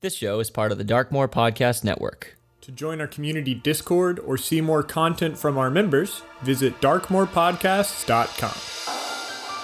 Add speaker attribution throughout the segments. Speaker 1: This show is part of the Darkmoor Podcast Network.
Speaker 2: To join our community Discord or see more content from our members, visit darkmorepodcasts.com.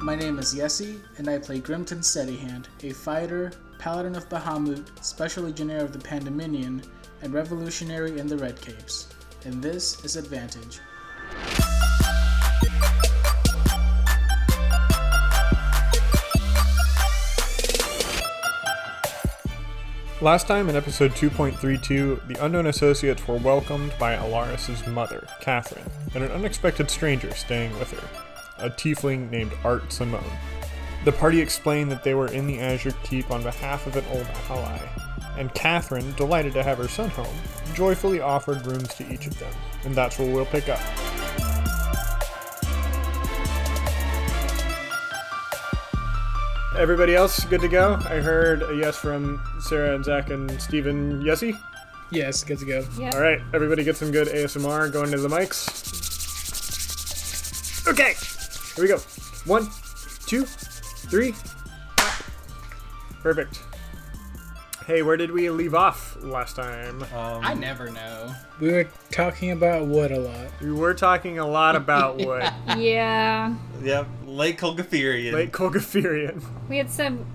Speaker 3: My name is Yessi, and I play Grimton Steadyhand, a fighter, paladin of Bahamut, special legionnaire of the Pandominion, and revolutionary in the Red Capes. And this is Advantage.
Speaker 2: Last time in episode 2.32, the unknown associates were welcomed by Alaris's mother, Catherine, and an unexpected stranger staying with her, a tiefling named Art Simone. The party explained that they were in the Azure Keep on behalf of an old ally, and Catherine, delighted to have her son home, joyfully offered rooms to each of them, and that's where we'll pick up. Everybody else good to go? I heard a yes from Sarah and Zach and Steven. Yesy?
Speaker 3: Yes, good to go.
Speaker 2: All right, everybody get some good ASMR going to the mics. Okay, here we go. One, two, three. clap. Perfect. Hey, where did we leave off last time?
Speaker 4: I never know.
Speaker 3: We were talking about wood a lot.
Speaker 2: we were talking a lot about wood,
Speaker 5: Yeah.
Speaker 4: Yep, Lake Colgatherian.
Speaker 2: Lake Kolgafirian.
Speaker 5: We had some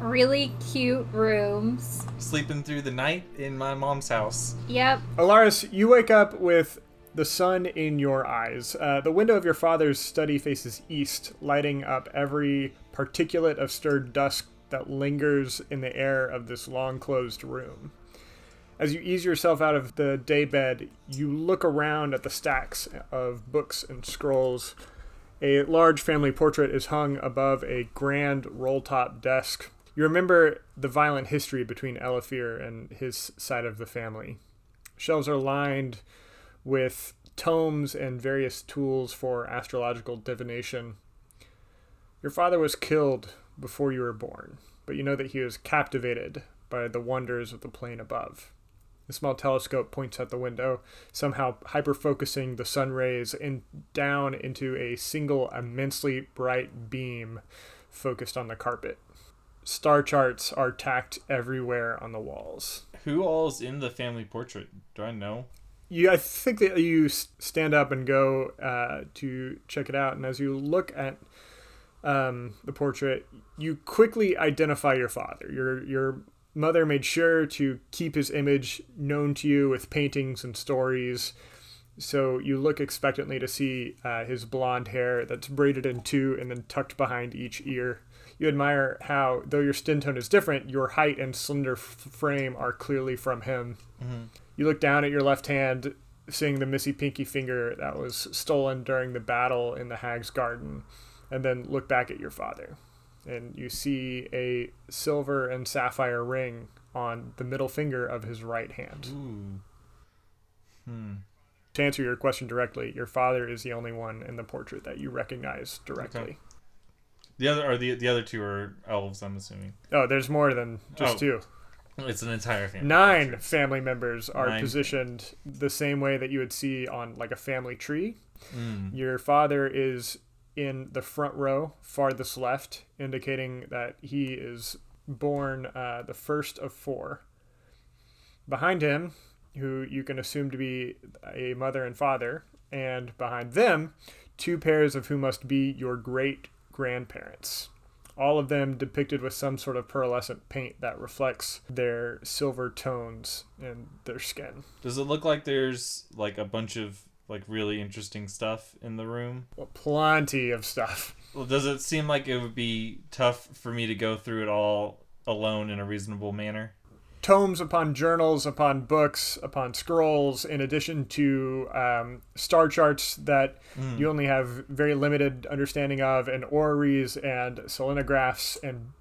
Speaker 5: really cute rooms.
Speaker 4: Sleeping through the night in my mom's house.
Speaker 5: Yep.
Speaker 2: Alaris, you wake up with the sun in your eyes. Uh, the window of your father's study faces east, lighting up every particulate of stirred dusk that lingers in the air of this long closed room. As you ease yourself out of the daybed, you look around at the stacks of books and scrolls. A large family portrait is hung above a grand roll top desk. You remember the violent history between Elafir and his side of the family. Shelves are lined with tomes and various tools for astrological divination. Your father was killed before you were born, but you know that he was captivated by the wonders of the plane above. The small telescope points out the window, somehow hyperfocusing the sun rays in, down into a single immensely bright beam focused on the carpet. Star charts are tacked everywhere on the walls.
Speaker 4: Who all's in the family portrait? Do I know?
Speaker 2: you i think that you s- stand up and go uh, to check it out and as you look at um, the portrait you quickly identify your father your your mother made sure to keep his image known to you with paintings and stories so you look expectantly to see uh, his blonde hair that's braided in two and then tucked behind each ear you admire how though your skin tone is different your height and slender f- frame are clearly from him you look down at your left hand, seeing the missy pinky finger that was stolen during the battle in the Hag's Garden, and then look back at your father. And you see a silver and sapphire ring on the middle finger of his right hand.
Speaker 4: Ooh.
Speaker 2: To answer your question directly, your father is the only one in the portrait that you recognize directly.
Speaker 4: Okay. The other or the the other two are elves, I'm assuming.
Speaker 2: Oh, there's more than just
Speaker 4: Oh.
Speaker 2: two.
Speaker 4: It's an entire family.
Speaker 2: Nine family members are
Speaker 4: Nine.
Speaker 2: positioned the same way that you would see on like a family tree. Your father is in the front row, farthest left, indicating that he is born uh, the first of four. Behind him, who you can assume to be a mother and father, and behind them, two pairs of who must be your great grandparents. All of them depicted with some sort of pearlescent paint that reflects their silver tones and their skin.
Speaker 4: Does it look like there's like a bunch of like really interesting stuff in the room?
Speaker 2: Plenty of stuff.
Speaker 4: Well, does it seem like it would be tough for me to go through it all alone in a reasonable manner?
Speaker 2: tomes upon journals upon books upon scrolls in addition to um, star charts that
Speaker 4: Hmm.
Speaker 2: you only have very limited understanding of and orreries and selenographs and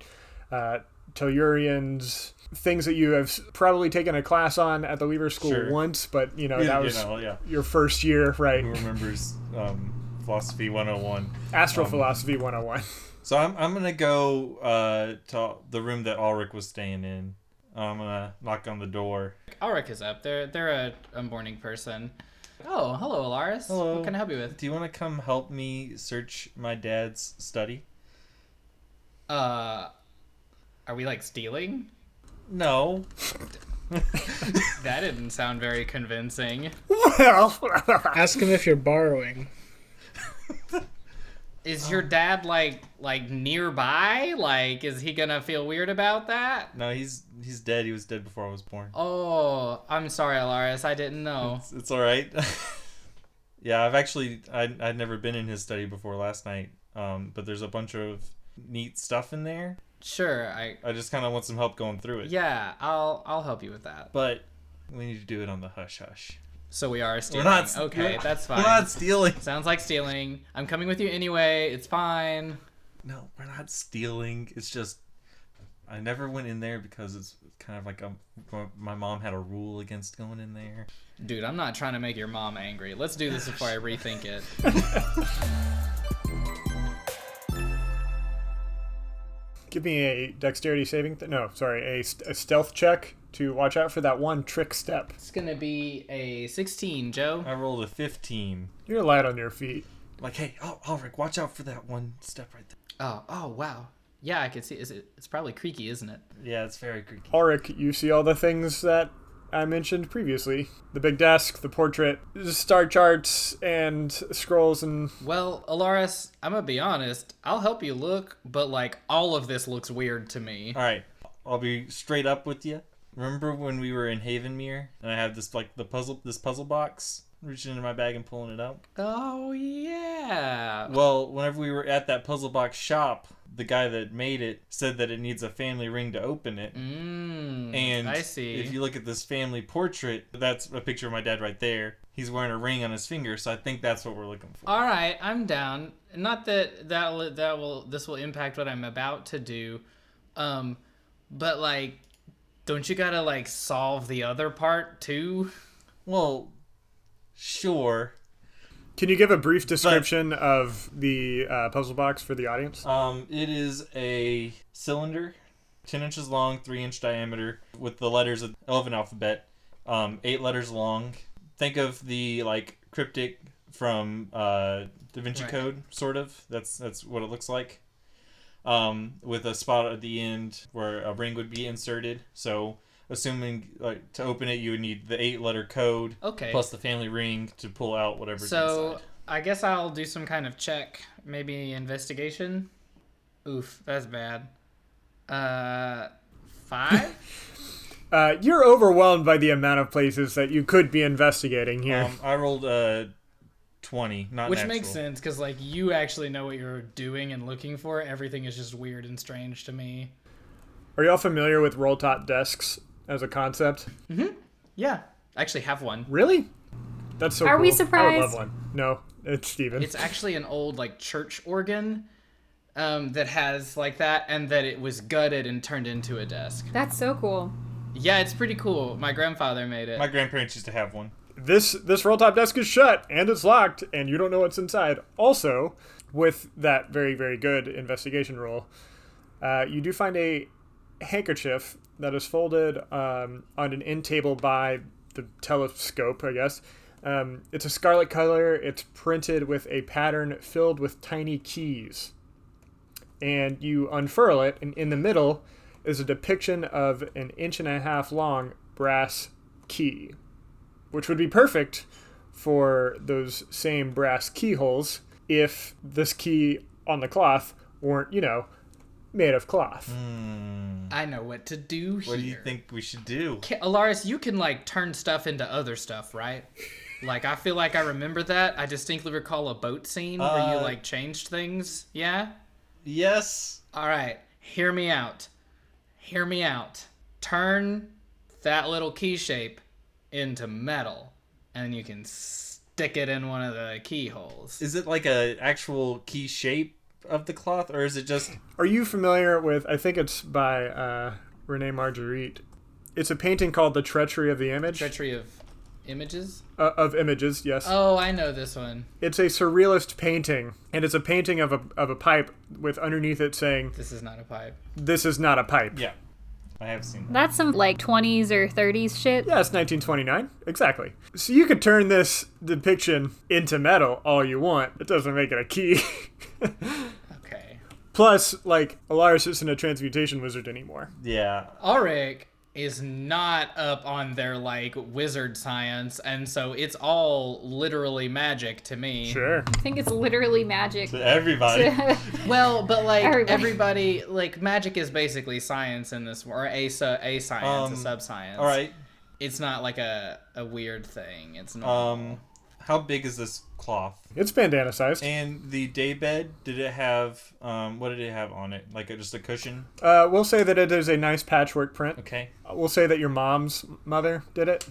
Speaker 2: uh, tellurians things that you have s- probably taken a class on at the weaver school
Speaker 4: Sure.
Speaker 2: once but you know
Speaker 4: You-
Speaker 2: Oh, that
Speaker 4: you
Speaker 2: was
Speaker 4: know, yeah.
Speaker 2: your first year right
Speaker 4: Who remembers um, philosophy 101?
Speaker 2: astrophilosophy 101
Speaker 4: So I'm I'm gonna go uh, to the room that Ulrich was staying in. I'm gonna knock on the door.
Speaker 6: Alric is up. They're they're a, a morning person. Oh, hello, Alaris.
Speaker 4: Hello.
Speaker 6: What can I help you with?
Speaker 4: Do you want to come help me search my dad's study?
Speaker 6: Uh, are we like stealing?
Speaker 4: No.
Speaker 6: That didn't sound very convincing.
Speaker 2: Well,
Speaker 3: Ask him if you're borrowing.
Speaker 6: Is
Speaker 4: Oh.
Speaker 6: your dad like like nearby? Like, is he gonna feel weird about that?
Speaker 4: No, he's he's dead. He was dead before I was born.
Speaker 6: Oh, I'm sorry, Alaris. I didn't know.
Speaker 4: It's, it's all right. yeah, I've actually I I'd never been in his study before last night. Um, but there's a bunch of neat stuff in there.
Speaker 6: Sure, I
Speaker 4: I just kind of want some help going through it.
Speaker 6: yeah, I'll I'll help you with that.
Speaker 4: But we need to do it on the hush hush.
Speaker 6: So we are stealing.
Speaker 4: We're not.
Speaker 6: okay,
Speaker 4: we're-
Speaker 6: that's
Speaker 4: We're
Speaker 6: fine.
Speaker 4: not stealing.
Speaker 6: Sounds like stealing. I'm coming with you anyway. It's fine.
Speaker 4: No, we're not stealing. It's just I never went in there because it's kind of like a, my mom had a rule against going in there.
Speaker 6: Dude, I'm not trying to make your mom angry. Let's do this before I rethink it.
Speaker 2: Give me a dexterity saving. Th- no, sorry, a, st- a stealth check to watch out for that one trick step.
Speaker 6: It's gonna be a 16, Joe.
Speaker 4: I rolled a 15.
Speaker 2: You're light on your feet.
Speaker 4: Like, hey, oh, Ulrich, watch out for that one step right there.
Speaker 6: Oh, oh wow. Yeah, I can see. Is it? It's probably creaky, isn't it?
Speaker 4: Yeah, it's very creaky.
Speaker 2: Ulrich, you see all the things that I mentioned previously the big desk, the portrait, star charts, and scrolls and
Speaker 6: Well, Alaris, I'm gonna be honest. I'll help you look, but like all of this looks weird to me.
Speaker 4: All right, I'll be straight up with you. Remember when we were in Havenmere and I have this like the puzzle this puzzle box reaching into my bag and pulling it out?
Speaker 6: Oh yeah.
Speaker 4: Well, whenever we were at that puzzle box shop, the guy that made it said that it needs a family ring to open it.
Speaker 6: Mm,
Speaker 4: And
Speaker 6: I see.
Speaker 4: if you look at this family portrait, that's a picture of my dad right there. He's wearing a ring on his finger, so I think that's what we're looking for.
Speaker 6: All right, I'm down. Not that that will, that will this will impact what I'm about to do, um, but like, don't you gotta like solve the other part too?
Speaker 4: Well, sure.
Speaker 2: Can you give a brief description of the uh, puzzle box for the audience?
Speaker 4: Um, it is a cylinder, 10 inches long, 3 inch diameter, with the letters of elephant alphabet, um, 8 letters long. Think of the, like, cryptic from uh, Da Vinci
Speaker 6: Right.
Speaker 4: Code, sort of. That's, that's what it looks like. Um, with a spot at the end where a ring would be inserted. So, assuming, like, to open it, you would need the 8 letter code.
Speaker 6: Okay.
Speaker 4: Plus the family ring to pull out whatever's
Speaker 6: so
Speaker 4: inside.
Speaker 6: I guess I'll do some kind of check, maybe investigation. Oof, that's bad. Uh, five.
Speaker 2: Uh, you're overwhelmed by the amount of places that you could be investigating here.
Speaker 4: Um, I rolled uh, 20, not
Speaker 6: Which
Speaker 4: natural.
Speaker 6: makes sense because like you actually know what you're doing and looking for. Everything is just weird and strange to me.
Speaker 2: Are y'all familiar with roll top desks as a concept?
Speaker 6: Yeah, I actually have one.
Speaker 2: Really? That's so
Speaker 5: Are
Speaker 2: cool.
Speaker 5: we
Speaker 2: I would love
Speaker 5: surprised?
Speaker 2: one. No, it's Steven.
Speaker 6: It's actually an old like church organ um, that has like that, and that it was gutted and turned into a desk.
Speaker 5: That's so cool.
Speaker 6: Yeah, it's pretty cool. My grandfather made it.
Speaker 4: My grandparents used to have one.
Speaker 2: this this roll top desk is shut and it's locked and you don't know what's inside. Also, with that very very good investigation roll, uh, you do find a handkerchief that is folded um, on an end table by the telescope, I guess. Um, it's a scarlet color. It's printed with a pattern filled with tiny keys, and you unfurl it, and in the middle is a depiction of an inch and a half long brass key which would be perfect for those same brass keyholes if this key on the cloth weren't, you know, made of cloth.
Speaker 6: I know what to do here.
Speaker 4: What do you think we should do?
Speaker 6: Ca- Alaris, you can like turn stuff into other stuff, right? like I feel like I remember that. I distinctly recall a boat scene where you
Speaker 4: Uh,
Speaker 6: like changed things. Yeah.
Speaker 4: Yes.
Speaker 6: All right, hear me out. Hear me out. Turn that little key shape into metal, and you can stick it in one of the keyholes.
Speaker 4: Is it like a actual key shape of the cloth, or is it just
Speaker 2: Are you familiar with, I think it's by uh, Rene Marguerite. It's a painting called The Treachery of the Image.
Speaker 6: Treachery of images?
Speaker 2: uh, of Images, yes.
Speaker 6: Oh, I know this one.
Speaker 2: It's a surrealist painting, and it's a painting of a, of a pipe with underneath it saying,
Speaker 6: This is not a pipe.
Speaker 2: This is not a pipe.
Speaker 4: yeah? I have seen that.
Speaker 5: That's some like 20s or 30s shit.
Speaker 2: Yeah, it's 1929. Exactly. So you could turn this depiction into metal all you want. It doesn't make it a key.
Speaker 6: Okay.
Speaker 2: Plus, like, Alaris isn't a transmutation wizard anymore.
Speaker 4: Yeah.
Speaker 6: Ulrich is not up on their like wizard science, and so it's all literally magic to me.
Speaker 2: Sure.
Speaker 5: I think it's literally magic.
Speaker 4: To everybody.
Speaker 6: Well, but like everybody.
Speaker 5: Everybody.
Speaker 6: like magic is basically science in this, or a su- a science,
Speaker 4: Um,
Speaker 6: a sub science.
Speaker 4: all right.
Speaker 6: it's not like a a weird thing. It's not.
Speaker 4: Um, how big is this cloth?
Speaker 2: It's bandanicized.
Speaker 4: And the day bed, did it have um what did it have on it? Like a, just a cushion?
Speaker 2: Uh, we'll say that it is a nice patchwork print.
Speaker 4: Okay.
Speaker 2: We'll say that your mom's mother did it.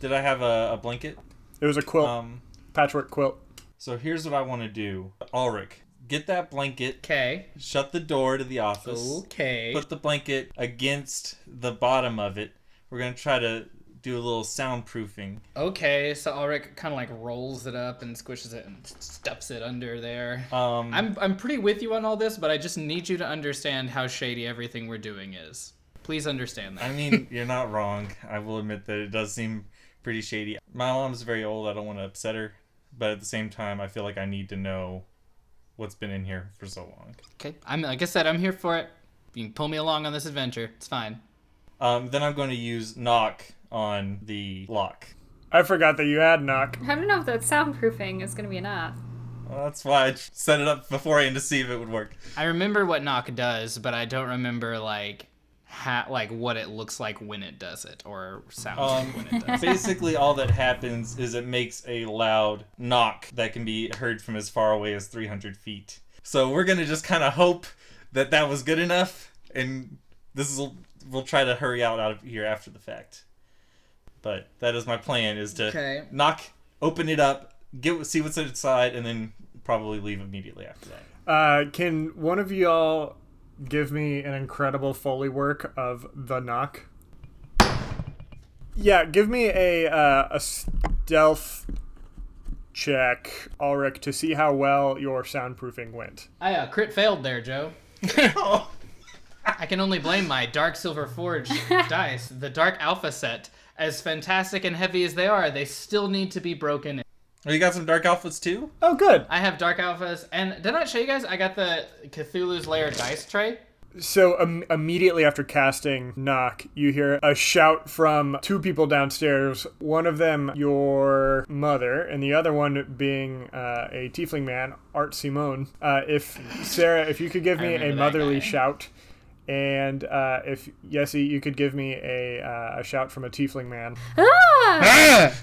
Speaker 4: Did I have a, a blanket?
Speaker 2: It was a quilt,
Speaker 4: Um
Speaker 2: patchwork quilt.
Speaker 4: so here's what I want to do. Ulrich, get that blanket,
Speaker 6: okay.
Speaker 4: shut the door to the office.
Speaker 6: Okay.
Speaker 4: Put the blanket against the bottom of it. We're going to try to do a little soundproofing.
Speaker 6: Okay. So Ulrich kind of like rolls it up and squishes it and stuffs it under there.
Speaker 4: Um
Speaker 6: I'm I'm pretty with you on all this, but I just need you to understand how shady everything we're doing is. Please understand that.
Speaker 4: I mean, you're not wrong. I will admit that it does seem pretty shady. My mom's very old. I don't want to upset her, but at the same time, I feel like I need to know what's been in here for so long.
Speaker 6: Okay. I'm like I said, I'm here for it. You can pull me along on this adventure. It's fine.
Speaker 4: Um, then I'm going to use knock on the lock.
Speaker 2: I forgot that you had knock.
Speaker 5: I don't know if that soundproofing is going to be enough.
Speaker 4: Well, that's why I set it up beforehand to see if it would work.
Speaker 6: I remember what knock does, but I don't remember like ha- like what it looks like when it does it or sounds
Speaker 4: Um,
Speaker 6: like when it does. it.
Speaker 4: Basically, all that happens is it makes a loud knock that can be heard from as far away as 300 feet. So we're gonna just kind of hope that that was good enough, and this is we'll try to hurry out out of here after the fact. But that is my plan: is to
Speaker 6: Okay.
Speaker 4: knock, open it up, get see what's inside, and then probably leave immediately after that.
Speaker 2: Uh, can one of y'all give me an incredible foley work of the knock? Yeah, give me a uh, a stealth check, Ulrich, to see how well your soundproofing went.
Speaker 6: I uh, crit failed there, Joe.
Speaker 4: Oh,
Speaker 6: I can only blame my Dark Silver Forge dice, the Dark Alpha set. As fantastic and heavy as they are, they still need to be broken.
Speaker 4: Oh, you got some dark outfits too?
Speaker 2: Oh, good.
Speaker 6: I have Dark Alphas, and did I not show you guys? I got the Cthulhu's Lair dice tray.
Speaker 2: So um, immediately after casting knock, you hear a shout from two people downstairs. One of them, your mother, and the other one being uh, a tiefling man, Art Simone. Uh, if Sarah, if you could give me a
Speaker 6: remember that
Speaker 2: motherly
Speaker 6: guy.
Speaker 2: shout, and uh, if Yessie, you could give me a, uh, a shout from a tiefling man,
Speaker 5: Ah!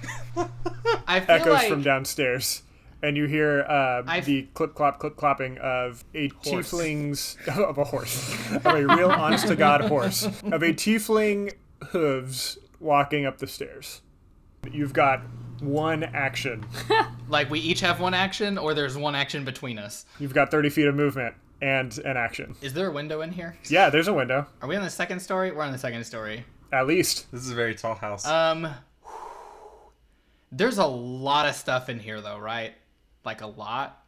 Speaker 6: I feel
Speaker 2: echoes
Speaker 6: like
Speaker 2: from downstairs. And you hear uh,
Speaker 6: I've-
Speaker 2: the clip clop clip clopping of a tiefling's of a horse, of a real honest to god horse, of a tiefling hooves walking up the stairs. You've got one action.
Speaker 6: like we each have one action, or there's one action between us.
Speaker 2: You've got thirty feet of movement and an action.
Speaker 6: Is there a window in here?
Speaker 2: Yeah, there's a window,
Speaker 6: Are we on the second story? We're on the second story.
Speaker 2: at least.
Speaker 4: This is a very tall house.
Speaker 6: Um, there's a lot of stuff in here though, right? Like a lot.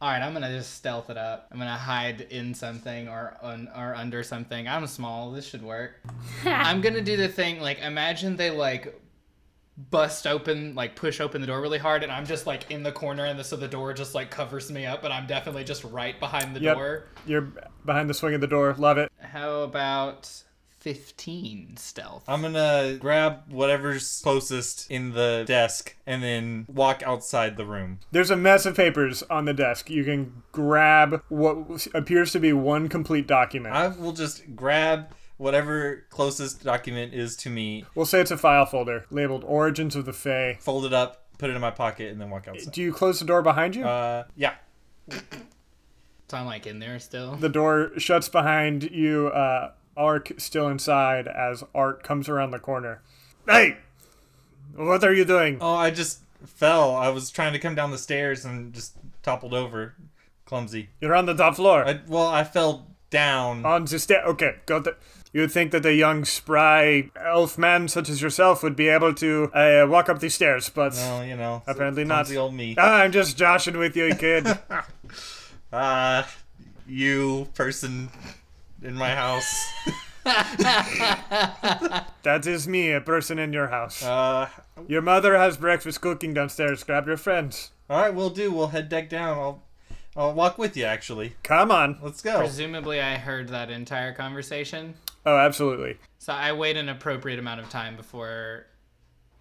Speaker 6: All right, I'm gonna just stealth it up. I'm gonna hide in something or un, or under something. I'm small. This should work. I'm gonna do the thing. Like imagine they like bust open, like push open the door really hard, and I'm just like in the corner, and so the door just like covers me up, and I'm definitely just right behind the
Speaker 2: Yep.
Speaker 6: door.
Speaker 2: You're behind the swing of the door. Love it.
Speaker 6: How about 15 stealth?
Speaker 4: I'm gonna grab whatever's closest in the desk and then walk outside the room.
Speaker 2: There's a mess of papers on the desk. You can grab what appears to be one complete document.
Speaker 4: I will just grab whatever closest document is to me,
Speaker 2: We'll say it's a file folder labeled Origins of the Fae.
Speaker 4: fold it up, put it in my pocket, and then walk outside.
Speaker 2: Do you close the door behind you?
Speaker 4: Uh, yeah.
Speaker 6: So I'm like in there still.
Speaker 2: the door shuts behind you, uh, Ark still inside as Art comes around the corner. Hey! What are you doing?
Speaker 4: Oh, I just fell. I was trying to come down the stairs and just toppled over. Clumsy.
Speaker 2: You're on the top floor.
Speaker 4: I, well, I fell down.
Speaker 2: on the stair. Okay, got it. You'd think that a young, spry elf man such as yourself would be able to uh, walk up the stairs, but
Speaker 4: well, you know.
Speaker 2: Apparently not.
Speaker 4: clumsy old me.
Speaker 2: Ah, I'm just joshing with you, kid.
Speaker 4: Uh, Ah, you person in my house.
Speaker 2: That is me, a person in your house.
Speaker 4: Uh,
Speaker 2: your mother has breakfast cooking downstairs. Grab your friends.
Speaker 4: all right, we'll do. We'll head deck down. I'll, I'll walk with you. Actually,
Speaker 2: Come on.
Speaker 4: let's go.
Speaker 6: Presumably, I heard that entire conversation.
Speaker 2: Oh, absolutely.
Speaker 6: So I wait an appropriate amount of time before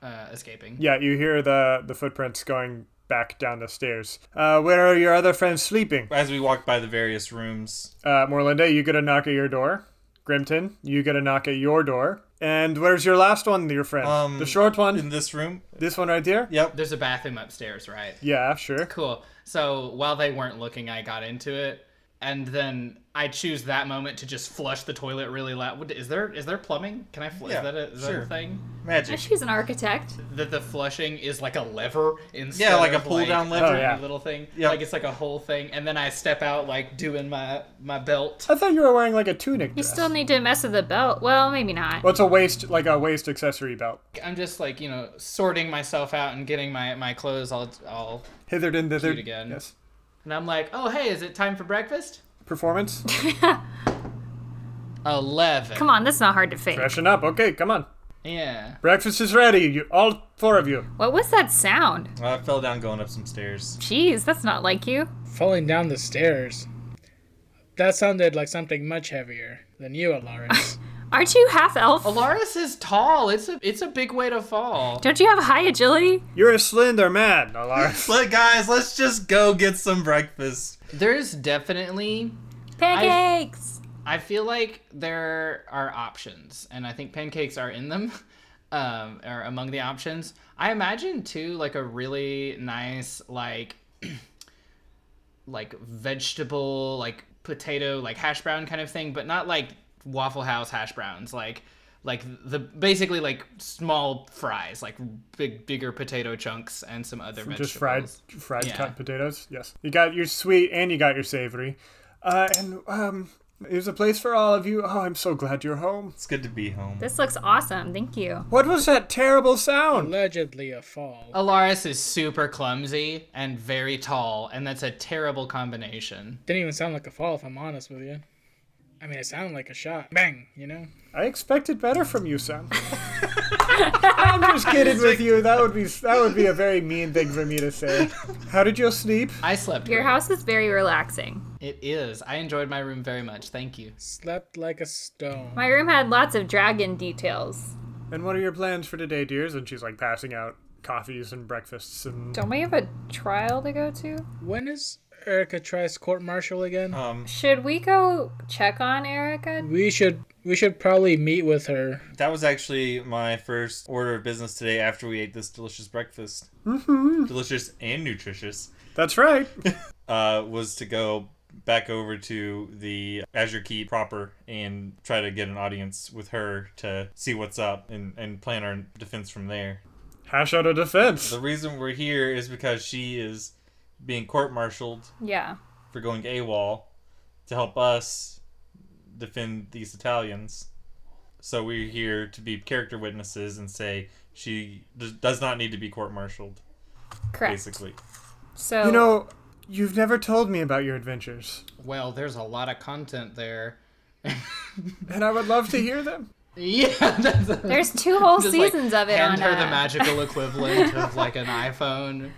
Speaker 6: uh, escaping.
Speaker 2: Yeah, you hear the the footprints going back down the stairs. Uh, where are your other friends sleeping?
Speaker 4: As we walk by the various rooms,
Speaker 2: Uh, Morlinda, you get a knock at your door. Grimton, you get a knock at your door. And where's your last one, your friend?
Speaker 4: Um,
Speaker 2: the short one?
Speaker 4: in this room,
Speaker 2: this one right there?
Speaker 4: yep.
Speaker 6: There's a bathroom upstairs, right?
Speaker 2: Yeah, sure.
Speaker 6: Cool. So while they weren't looking, I got into it, and then I choose that moment to just flush the toilet really loud. What- Is there is there plumbing? Can I? Fl-
Speaker 4: Yeah,
Speaker 6: is that a, is that
Speaker 4: sure.
Speaker 6: a thing?
Speaker 4: Magic.
Speaker 5: She's an architect.
Speaker 6: That the flushing is like a lever instead.
Speaker 4: Yeah, like a
Speaker 6: of,
Speaker 4: pull-down
Speaker 6: like,
Speaker 4: lever.
Speaker 6: a
Speaker 2: Oh, yeah.
Speaker 6: Little thing.
Speaker 4: Yeah.
Speaker 6: Like it's like a whole thing, and then I step out like doing my my belt.
Speaker 2: I thought you were wearing like a tunic
Speaker 5: You
Speaker 2: dress.
Speaker 5: still need to mess with the belt. Well, maybe not.
Speaker 2: well, it's a waist, like a waist accessory belt.
Speaker 6: I'm just like you know sorting myself out and getting my my clothes all all.
Speaker 2: Hithered and thithered.
Speaker 6: Cute again.
Speaker 2: Yes.
Speaker 6: And I'm like, oh hey, is it time for breakfast?
Speaker 2: Performance?
Speaker 6: Eleven.
Speaker 5: Come on, that's not hard to fake.
Speaker 2: Freshen up. Okay, come on.
Speaker 6: Yeah.
Speaker 2: Breakfast is ready. You, all four of you.
Speaker 5: What was that sound?
Speaker 4: I fell down going up some stairs.
Speaker 5: Jeez, that's not like you.
Speaker 7: Falling down the stairs. That sounded like something much heavier than you, Alaris.
Speaker 5: Aren't you half elf?
Speaker 6: Alaris is tall. It's a it's a big way to fall.
Speaker 5: Don't you have high agility?
Speaker 2: You're a slender man, Alaris.
Speaker 4: But guys, let's just go get some breakfast.
Speaker 6: There's definitely
Speaker 5: Pancakes!
Speaker 6: I feel like there are options, and I think pancakes are in them, um, or among the options. I imagine too, like a really nice, like, like vegetable, like potato, like hash brown kind of thing, but not like Waffle House hash browns, like, like the basically like small fries, like big bigger potato chunks and some other vegetables.
Speaker 2: Just fried, fried
Speaker 6: Yeah.
Speaker 2: cut potatoes. Yes. You got your sweet and you got your savory. Uh, and um, there's a place for all of you. Oh, I'm so glad you're home.
Speaker 4: It's good to be home.
Speaker 5: This looks awesome. Thank you.
Speaker 2: What was that terrible sound?
Speaker 7: Allegedly a fall.
Speaker 6: Alaris is super clumsy and very tall, and that's a terrible combination.
Speaker 7: Didn't even sound like a fall, if I'm honest with you. I mean, it sounded like a shot. Bang, you know?
Speaker 2: I expected better from you, Sam. I'm just kidding with you. That would be that would be a very mean thing for me to say. How did you sleep?
Speaker 6: I slept.
Speaker 5: Your
Speaker 6: great.
Speaker 5: house is very relaxing.
Speaker 6: It is. I enjoyed my room very much. Thank you.
Speaker 7: Slept like a stone.
Speaker 5: My room had lots of dragon details.
Speaker 2: And what are your plans for today, dears? And she's like passing out coffees and breakfasts and
Speaker 5: Don't we have a trial to go to?
Speaker 7: When is Erica Trice court martial again?
Speaker 4: Um,
Speaker 5: Should we go check on Erica?
Speaker 7: We should we should probably meet with her.
Speaker 4: that was actually my first order of business today after we ate this delicious breakfast. delicious and nutritious.
Speaker 2: That's right.
Speaker 4: uh, was to go back over to the Azure Key proper and try to get an audience with her to see what's up and, and plan our defense from there.
Speaker 2: Hash out a defense.
Speaker 4: The reason we're here is because she is being court martialed
Speaker 5: Yeah.
Speaker 4: for going AWOL to help us defend these Italians. So we're here to be character witnesses and say she d- does not need to be court martialed,
Speaker 5: Correct.
Speaker 4: basically.
Speaker 5: So
Speaker 2: You know, you've never told me about your adventures,
Speaker 6: Well, there's a lot of content there.
Speaker 2: and I would love to hear them.
Speaker 6: Yeah, that's
Speaker 5: there's two whole
Speaker 6: just, like,
Speaker 5: seasons of it on
Speaker 6: Hand her the
Speaker 5: uh,
Speaker 6: magical equivalent of like an iPhone.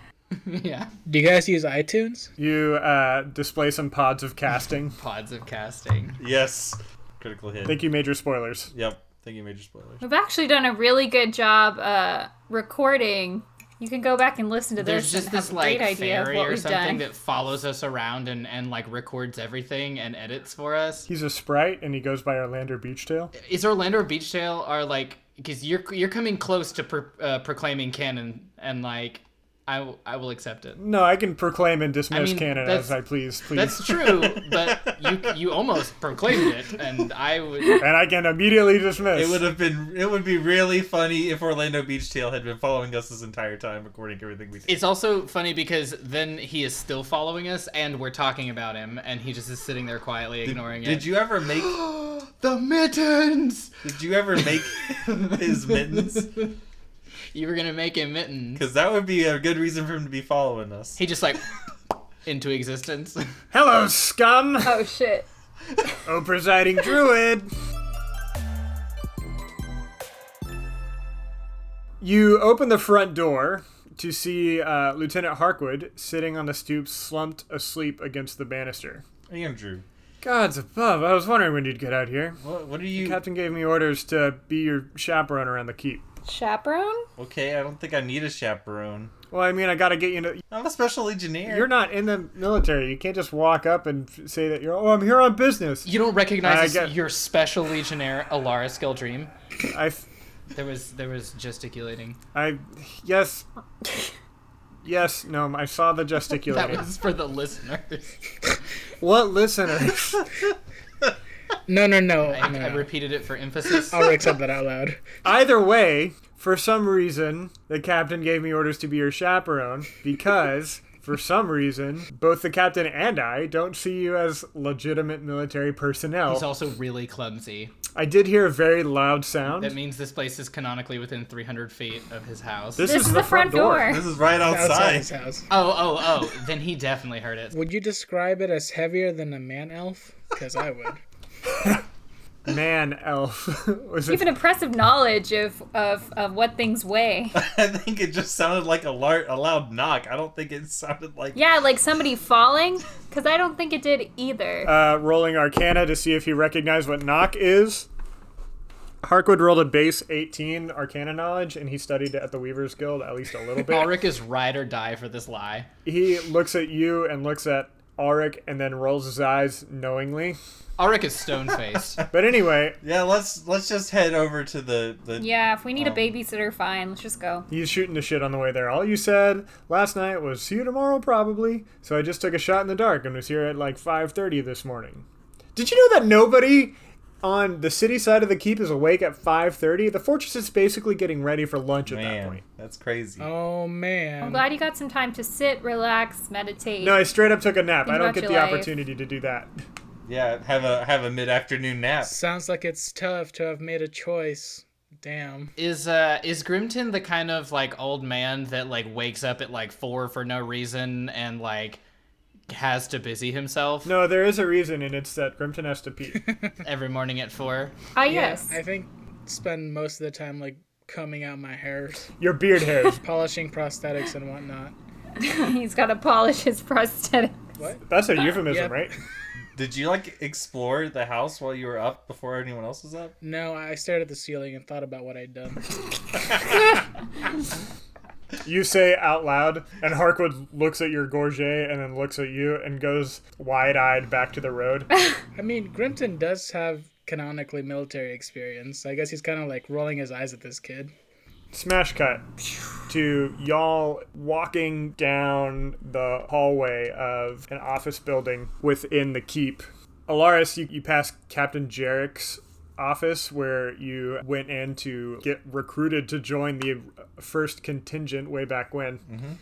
Speaker 6: yeah,
Speaker 7: Do you guys use iTunes?
Speaker 2: You uh, display some pods of casting.
Speaker 6: pods of casting.
Speaker 4: Yes. Critical hit.
Speaker 2: Thank you, major spoilers.
Speaker 4: yep. Thank you, major spoilers.
Speaker 5: We've actually done a really good job uh, recording. You can go back and listen to
Speaker 6: There's
Speaker 5: this.
Speaker 6: just
Speaker 5: and have
Speaker 6: this
Speaker 5: a
Speaker 6: like
Speaker 5: great idea of
Speaker 6: fairy
Speaker 5: what
Speaker 6: or
Speaker 5: we've done.
Speaker 6: something that follows us around and and like records everything and edits for us.
Speaker 2: He's a sprite, and he goes by Orlando Beachtail.
Speaker 6: Is Orlando or Beach Tale are like because you're you're coming close to pro, uh, proclaiming canon and like I w- I will accept it.
Speaker 2: No, I can proclaim and dismiss
Speaker 6: I mean,
Speaker 2: canon
Speaker 6: that's-
Speaker 2: as I please, please.
Speaker 6: That's true, but you you almost proclaimed it, and I would.
Speaker 2: and I can immediately dismiss.
Speaker 4: It would have been. It would be really funny if Orlando Beach Tail had been following us this entire time, recording everything we did.
Speaker 6: It's also funny because then he is still following us, and we're talking about him, and he just is sitting there quietly ignoring it.
Speaker 4: Did you ever make?
Speaker 6: the mittens?
Speaker 4: did you ever make his mittens?
Speaker 6: You were gonna make him mittens.
Speaker 4: Because that would be a good reason for him to be following us.
Speaker 6: He just like into existence.
Speaker 2: Hello, scum!
Speaker 5: Oh shit.
Speaker 2: oh, presiding druid! You open the front door to see uh, Lieutenant Harkwood sitting on the stoop, slumped asleep against the banister.
Speaker 4: Andrew,
Speaker 2: Gods above, I was wondering when you'd get out here.
Speaker 4: what what are you?
Speaker 2: Captain gave me orders to be your chaperone around the keep.
Speaker 5: Chaperone?
Speaker 4: Okay, I don't think I need a chaperone.
Speaker 2: Well, I mean, I gotta get you to.
Speaker 4: I'm a special legionnaire.
Speaker 2: You're not in the military. You can't just walk up and f- say that you're. Oh, I'm here on business.
Speaker 6: You don't recognize
Speaker 2: I
Speaker 6: this-
Speaker 2: get-
Speaker 6: your special legionnaire, Alara Skeldream.
Speaker 2: I, f-
Speaker 6: There was there was gesticulating.
Speaker 2: I, yes, yes. No, I saw the
Speaker 6: That
Speaker 2: gesticulating.
Speaker 6: was for the listeners.
Speaker 2: What listeners?
Speaker 7: No, no, no.
Speaker 6: I,
Speaker 7: no,
Speaker 6: I
Speaker 7: no.
Speaker 6: repeated it for emphasis.
Speaker 7: I'll read that out loud.
Speaker 2: Either way, for some reason, the captain gave me orders to be your chaperone because, for some reason, both the captain and I don't see you as legitimate military personnel.
Speaker 6: He's also really clumsy.
Speaker 2: I did hear a very loud sound.
Speaker 6: That means this place is canonically within 300 feet of his house.
Speaker 2: this,
Speaker 5: This is the front door.
Speaker 4: This is right
Speaker 7: Outside
Speaker 4: outside.
Speaker 7: his house.
Speaker 6: Oh, oh, oh. Then he definitely heard it.
Speaker 7: Would you describe it as heavier than a man elf? Because I would.
Speaker 2: Man, elf. Was
Speaker 5: You have
Speaker 2: it?
Speaker 5: an impressive knowledge of, of, of what things weigh.
Speaker 4: I think it just sounded like a, lar- a loud knock. I don't think it sounded like.
Speaker 5: Yeah, like somebody falling? Because I don't think it did either.
Speaker 2: Uh, rolling Arcana to see if he recognized what knock is. Harkwood rolled a base 18 Arcana knowledge, and he studied it at the Weavers Guild at least a little bit.
Speaker 6: Ulrich is ride or die for this lie.
Speaker 2: He looks at you and looks at Auric and then rolls his eyes knowingly.
Speaker 6: Ulrich is stone faced.
Speaker 2: But anyway,
Speaker 4: Yeah, let's let's just head over to the the.
Speaker 5: yeah, if we
Speaker 2: Oh.
Speaker 5: need a babysitter, fine. Let's just go.
Speaker 2: he's shooting the shit on the way there. All you said last night was see you tomorrow probably. So I just took a shot in the dark and was here at like 5:30 this morning. Did you know that nobody on the city side of the keep is awake at 5:30? The fortress is basically getting ready for lunch at that
Speaker 4: Man,
Speaker 2: point.
Speaker 4: that's crazy.
Speaker 7: Oh
Speaker 5: I'm
Speaker 7: man.
Speaker 5: glad you got some time to sit, relax, meditate.
Speaker 2: No, I straight up took a nap. I don't
Speaker 5: about
Speaker 2: get
Speaker 5: your
Speaker 2: the
Speaker 5: life.
Speaker 2: opportunity to do that.
Speaker 4: Yeah, have a have a mid afternoon nap.
Speaker 7: Sounds like it's tough to have made a choice. Damn.
Speaker 6: Is uh is Grimton the kind of like old man that like wakes up at like four for no reason and like has to busy himself
Speaker 2: No, there is a reason, and it's that Grimton has to pee.
Speaker 6: every morning at four?
Speaker 5: Ah, yes.
Speaker 7: I think spend most of the time like combing out my hairs,
Speaker 2: Your beard hairs.
Speaker 7: polishing prosthetics and whatnot.
Speaker 5: He's got to polish his prosthetic.
Speaker 2: That's a euphemism,
Speaker 7: Yep.
Speaker 2: right?
Speaker 4: Did you like explore the house while you were up before anyone else was up?
Speaker 7: No, I stared at the ceiling and thought about what I'd done.
Speaker 2: You say out loud, and Harkwood looks at your gorget and then looks at you and goes wide eyed back to the road.
Speaker 7: I mean, Grimton does have canonically military experience. I guess he's kind of like rolling his eyes at this kid.
Speaker 2: Smash cut to y'all walking down the hallway of an office building within the keep. Alaris, you, you pass Captain Jarek's office where you went in to get recruited to join the first contingent way back when.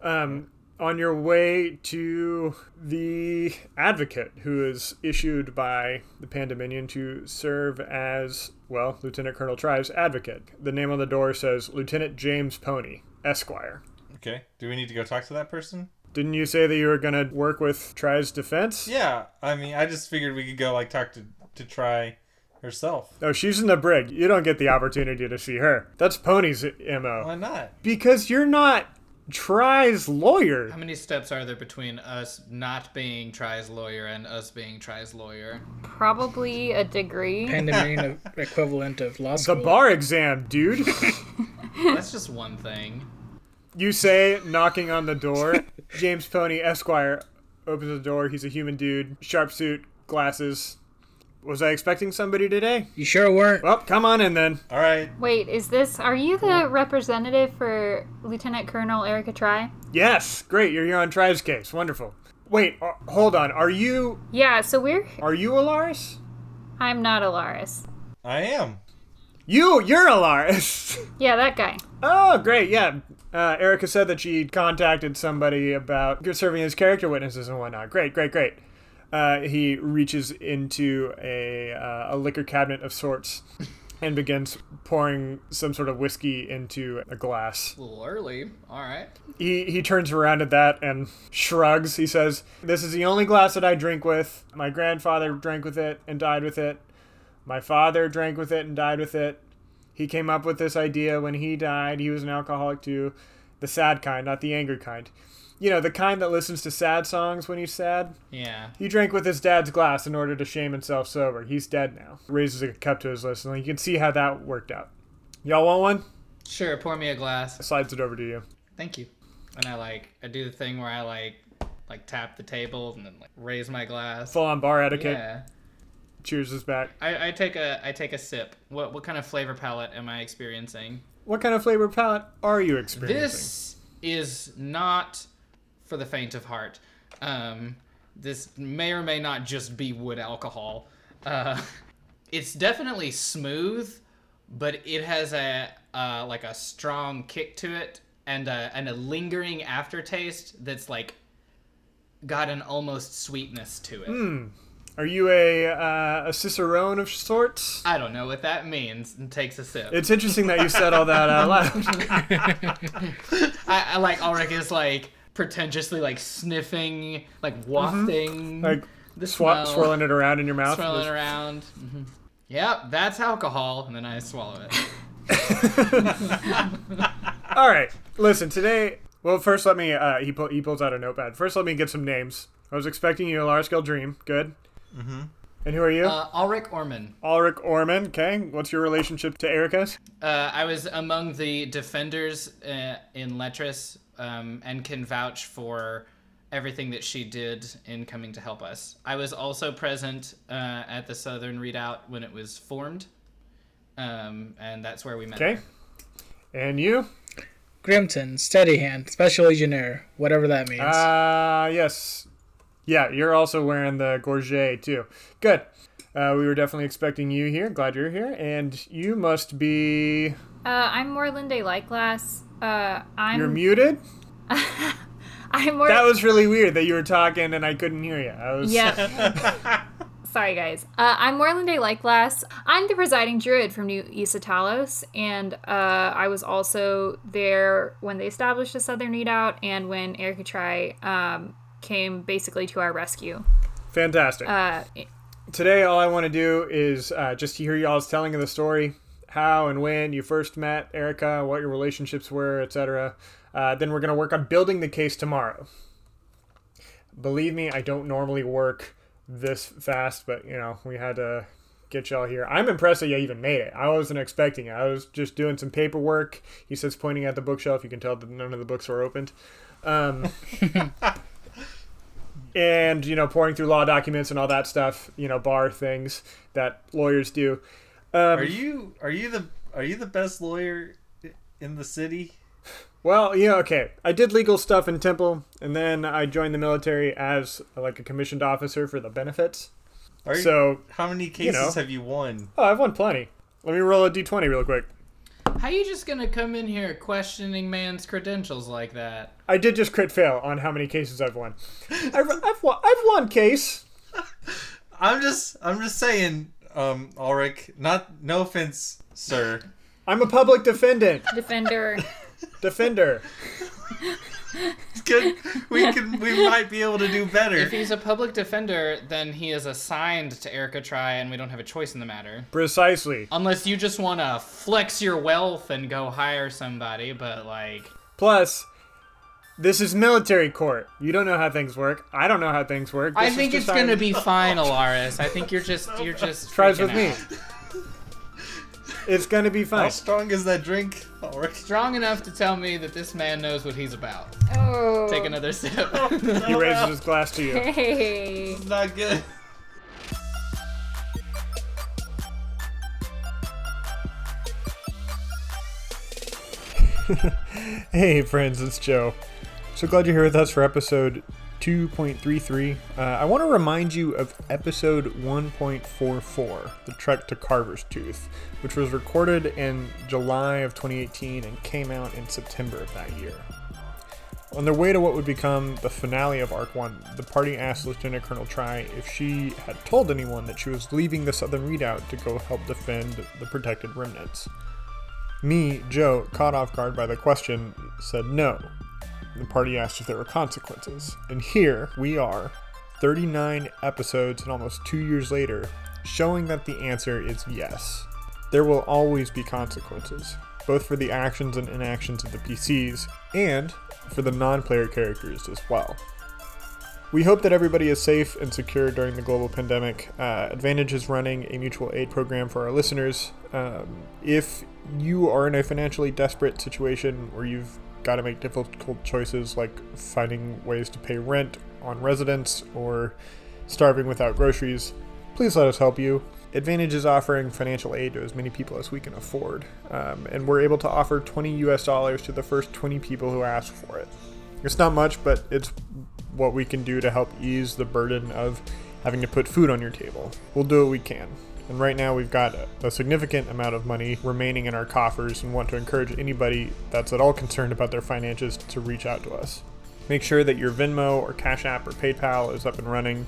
Speaker 2: Um, on your way to the advocate who is issued by the Pandominion to serve as, well, Lieutenant Colonel Tribe's advocate. The name on the door says Lieutenant James Pony, Esquire.
Speaker 4: Okay. Do we need to go talk to that person?
Speaker 2: Didn't you say that you were going to work with Tribe's defense?
Speaker 4: Yeah. I mean, I just figured we could go like talk to to try herself.
Speaker 2: No, Oh, she's in the brig. You don't get the opportunity to see her. That's Pony's MO.
Speaker 4: Why not?
Speaker 2: Because you're not Tri's lawyer.
Speaker 6: How many steps are there between us not being Try's lawyer and us being Try's lawyer?
Speaker 5: Probably a degree.
Speaker 7: Pandemonium equivalent of law
Speaker 2: The
Speaker 7: school.
Speaker 2: bar exam, dude.
Speaker 6: That's just one thing.
Speaker 2: You say, knocking on the door. James Pony Esquire opens the door. He's a human dude, sharp suit, glasses. Was I expecting somebody today?
Speaker 7: you sure weren't.
Speaker 2: Well, come on in then.
Speaker 4: All right.
Speaker 5: Wait, is this. Are you the representative for Lieutenant Colonel Erica Try?
Speaker 2: Yes, great. You're here on Tribes case. Wonderful. Wait, uh, hold on. Are you
Speaker 5: Yeah, so we're.
Speaker 2: are you Alaris?
Speaker 5: I'm not Alaris.
Speaker 4: I am.
Speaker 2: You you're Alaris.
Speaker 5: Yeah, that guy.
Speaker 2: Oh, great. Yeah. Uh, Erica said that she contacted somebody about serving as character witnesses and whatnot. Great, great, great. Uh, he reaches into a, uh, a liquor cabinet of sorts and begins pouring some sort of whiskey into a glass.
Speaker 6: A little early. All right.
Speaker 2: He, he turns around at that and shrugs. He says, This is the only glass that I drink with. My grandfather drank with it and died with it. My father drank with it and died with it. He came up with this idea when he died. He was an alcoholic too, the sad kind, not the angry kind. You know, the kind that listens to sad songs when he's sad.
Speaker 6: Yeah.
Speaker 2: He drank with his dad's glass in order to shame himself sober. He's dead now. Raises a cup to his lips, and you can see how that worked out. Y'all want one?
Speaker 6: Sure, pour me a glass.
Speaker 2: Slides it over to you.
Speaker 6: Thank you. And I like I do the thing where I like like tap the table and then like raise my glass.
Speaker 2: Full on bar etiquette.
Speaker 6: Yeah.
Speaker 2: Cheers is back.
Speaker 6: I, I take a I take a sip. What what kind of flavor palette am I experiencing?
Speaker 2: What kind of flavor palette are you experiencing?
Speaker 6: This is not for the faint of heart. Um, this may or may not just be wood alcohol. Uh, it's definitely smooth, but it has a uh, like a strong kick to it and a, and a lingering aftertaste that's like got an almost sweetness to it.
Speaker 2: Hmm. Are you a uh, a cicerone of sorts?
Speaker 6: I don't know what that means. And takes a sip.
Speaker 2: It's interesting that you said all that out loud.
Speaker 6: I, I like Ulrich is like pretentiously like sniffing, like wafting,
Speaker 2: Mm-hmm. like
Speaker 6: the
Speaker 2: swa-
Speaker 6: smell,
Speaker 2: swirling it around in your mouth.
Speaker 6: swirling around. hmm Yep, that's alcohol, and then I swallow it.
Speaker 2: All right, listen. Today, well, first let me. Uh, he pull, he pulls out a notepad. First, let me get some names. I was expecting you a large scale dream. Good. Mm-hmm. And who are you?
Speaker 6: Uh, Ulrich Orman.
Speaker 2: Ulrich Orman. Okay. What's your relationship to Erica's?
Speaker 6: Uh, I was among the defenders uh, in Letras, um, and can vouch for everything that she did in coming to help us. I was also present uh, at the Southern Readout when it was formed, um, and that's where we met.
Speaker 2: Okay. And you?
Speaker 7: Grimton, steady hand, special legionnaire, whatever that means.
Speaker 2: Uh, yes. Yeah, you're also wearing the gorget too. Good. Uh, we were definitely expecting you here. Glad you're here. And you must be.
Speaker 5: Uh, I'm Morlinde Lightglass. Uh, I'm
Speaker 2: You're muted.
Speaker 5: I'm more.
Speaker 2: That was really weird that you were talking and I couldn't hear you. I was.
Speaker 5: Yep. Sorry, guys. Uh, I'm Morland A. Lightglass. I'm the presiding druid from New Issa Talos, and uh, I was also there when they established the Southern Readout and when Erica Try um, came basically to our rescue.
Speaker 2: Fantastic.
Speaker 5: Uh,
Speaker 2: Today, all I want to do is uh, just hear y'all's telling of the story, how and when you first met Erica, what your relationships were, etc. Uh, then we're going to work on building the case tomorrow. Believe me, I don't normally work this fast, but you know we had to get y'all here. I'm impressed that you even made it. I wasn't expecting it. I was just doing some paperwork. He says, pointing at the bookshelf. You can tell that none of the books were opened. Um, and you know pouring through law documents and all that stuff you know bar things that lawyers do
Speaker 4: Are you are you the are you the best lawyer i- in the city?
Speaker 2: well yeah okay i did legal stuff in temple and then i joined the military as like a commissioned officer for the benefits
Speaker 4: Are you,
Speaker 2: so
Speaker 4: how many cases
Speaker 2: know.
Speaker 4: have you won?
Speaker 2: oh, i've won plenty let me roll a d20 real quick
Speaker 6: How you just gonna come in here questioning man's credentials like that?
Speaker 2: i did just crit fail on how many cases i've won i've, I've, won, I've won case
Speaker 4: I'm just I'm just saying, um, Ulrich. Not no offense, sir.
Speaker 2: i'm a public defendant
Speaker 5: defender.
Speaker 2: defender
Speaker 4: It's good. We can we might be able to do
Speaker 6: If
Speaker 4: better.
Speaker 6: he's a public defender, then he is assigned to Erica Try, and we don't have a choice in the matter.
Speaker 2: precisely
Speaker 6: Unless you just wanna flex your wealth and go hire somebody, but like,
Speaker 2: plus this is military court you don't know how things work i don't know how things work
Speaker 6: I
Speaker 2: This is
Speaker 6: think it's
Speaker 2: decided-
Speaker 6: gonna be fine, Alaris. I think you're just you're just
Speaker 2: Tries with
Speaker 6: freaking
Speaker 2: me.
Speaker 6: out.
Speaker 2: It's gonna be
Speaker 4: How
Speaker 2: fine.
Speaker 4: strong is that drink, Ulrich?
Speaker 6: Strong enough to tell me that this man knows what he's about.
Speaker 5: oh.
Speaker 6: Take another sip.
Speaker 2: He raises his glass to you.
Speaker 5: Hey.
Speaker 4: Not good.
Speaker 2: Hey, friends, it's Joe. So glad you're here with us for episode 2.33. Uh, I want to remind you of episode 1.44, The Trek to Carver's Tooth, which was recorded in July of 2018 and came out in September of that year. On their way to what would become the finale of Arc 1, the party asked Lieutenant Colonel Try if she had told anyone that she was leaving the Southern Redoubt to go help defend the protected remnants. Me, Joe, caught off guard by the question, said no. The party asked if there were consequences. And here we are, 39 episodes and almost two years later, showing that the answer is yes. There will always be consequences, both for the actions and inactions of the PCs, and for the non player characters as well. We hope that everybody is safe and secure during the global pandemic. Uh, Advantage is running a mutual aid program for our listeners. Um, if you are in a financially desperate situation where you've got to make difficult choices like finding ways to pay rent on residence or starving without groceries, please let us help you. Advantage is offering financial aid to as many people as we can afford, um, and we're able to offer 20 US dollars to the first 20 people who ask for it. It's not much, but it's what we can do to help ease the burden of having to put food on your table. We'll do what we can. And right now, we've got a, a significant amount of money remaining in our coffers and want to encourage anybody that's at all concerned about their finances to reach out to us. Make sure that your Venmo or Cash App or PayPal is up and running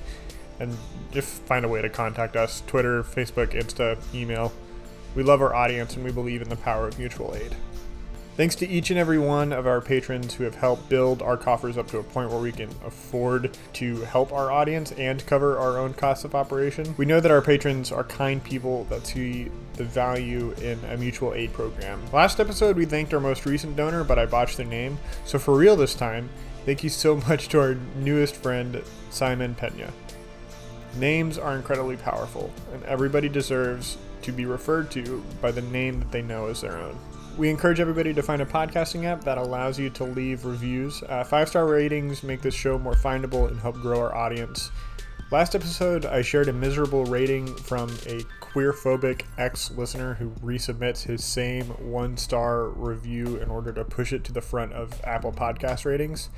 Speaker 2: and just find a way to contact us Twitter, Facebook, Insta, email. We love our audience and we believe in the power of mutual aid. Thanks to each and every one of our patrons who have helped build our coffers up to a point where we can afford to help our audience and cover our own costs of operation. We know that our patrons are kind people that see the value in a mutual aid program. Last episode, we thanked our most recent donor, but I botched their name. So, for real this time, thank you so much to our newest friend, Simon Pena. Names are incredibly powerful, and everybody deserves to be referred to by the name that they know as their own. We encourage everybody to find a podcasting app that allows you to leave reviews. Uh, Five star ratings make this show more findable and help grow our audience. Last episode, I shared a miserable rating from a queerphobic ex listener who resubmits his same one star review in order to push it to the front of Apple Podcast ratings.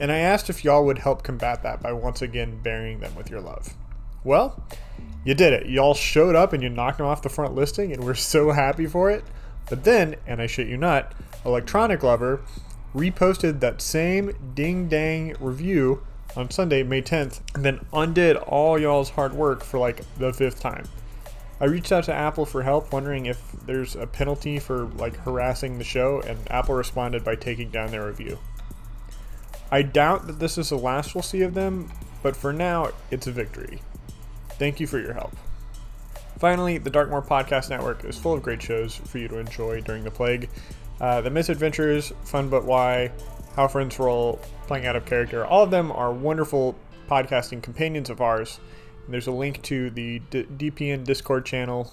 Speaker 2: And I asked if y'all would help combat that by once again burying them with your love. Well, you did it. Y'all showed up and you knocked them off the front listing, and we're so happy for it. But then, and I shit you not, Electronic Lover reposted that same ding dang review on Sunday, May 10th, and then undid all y'all's hard work for like the fifth time. I reached out to Apple for help, wondering if there's a penalty for like harassing the show, and Apple responded by taking down their review. I doubt that this is the last we'll see of them, but for now, it's a victory. Thank you for your help. Finally, the Darkmoor Podcast Network is full of great shows for you to enjoy during the plague. Uh, the Misadventures, Fun But Why, How Friends Roll, Playing Out of Character, all of them are wonderful podcasting companions of ours. And there's a link to the D- DPN Discord channel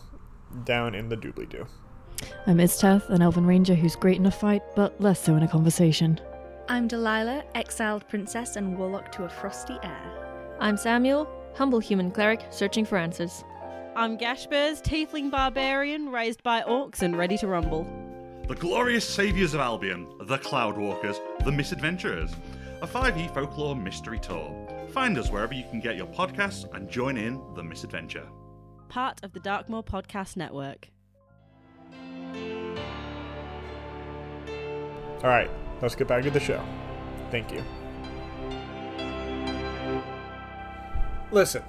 Speaker 2: down in the doobly doo.
Speaker 8: I'm Isteth, an elven ranger who's great in a fight, but less so in a conversation.
Speaker 9: I'm Delilah, exiled princess and warlock to a frosty air.
Speaker 10: I'm Samuel, humble human cleric searching for answers.
Speaker 11: I'm Gashbers, tiefling barbarian raised by orcs and ready to rumble.
Speaker 12: The glorious saviors of Albion, the Cloudwalkers, the Misadventurers. A 5e folklore mystery tour. Find us wherever you can get your podcasts and join in the misadventure.
Speaker 11: Part of the Darkmoor Podcast Network.
Speaker 2: All right, let's get back to the show. Thank you. Listen,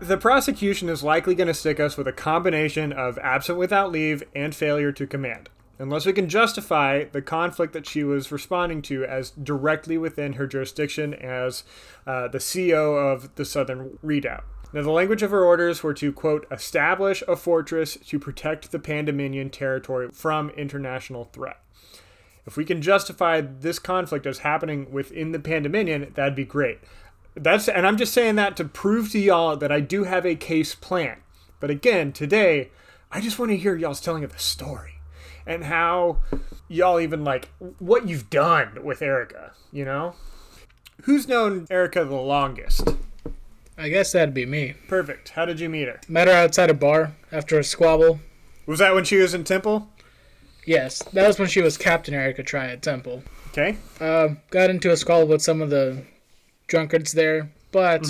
Speaker 2: the prosecution is likely going to stick us with a combination of absent without leave and failure to command, unless we can justify the conflict that she was responding to as directly within her jurisdiction as uh, the CO of the Southern Redoubt. Now, the language of her orders were to, quote, establish a fortress to protect the Pandominion territory from international threat. If we can justify this conflict as happening within the Pandominion, that'd be great. That's and I'm just saying that to prove to y'all that I do have a case plan. But again, today I just want to hear y'all's telling of the story and how y'all even like what you've done with Erica, you know? Who's known Erica the longest?
Speaker 7: I guess that'd be me.
Speaker 2: Perfect. How did you meet her?
Speaker 7: Met her outside a bar after a squabble.
Speaker 2: Was that when she was in Temple?
Speaker 7: Yes, that was when she was Captain Erica Try at Temple.
Speaker 2: Okay.
Speaker 7: Uh, got into a squabble with some of the drunkards there, but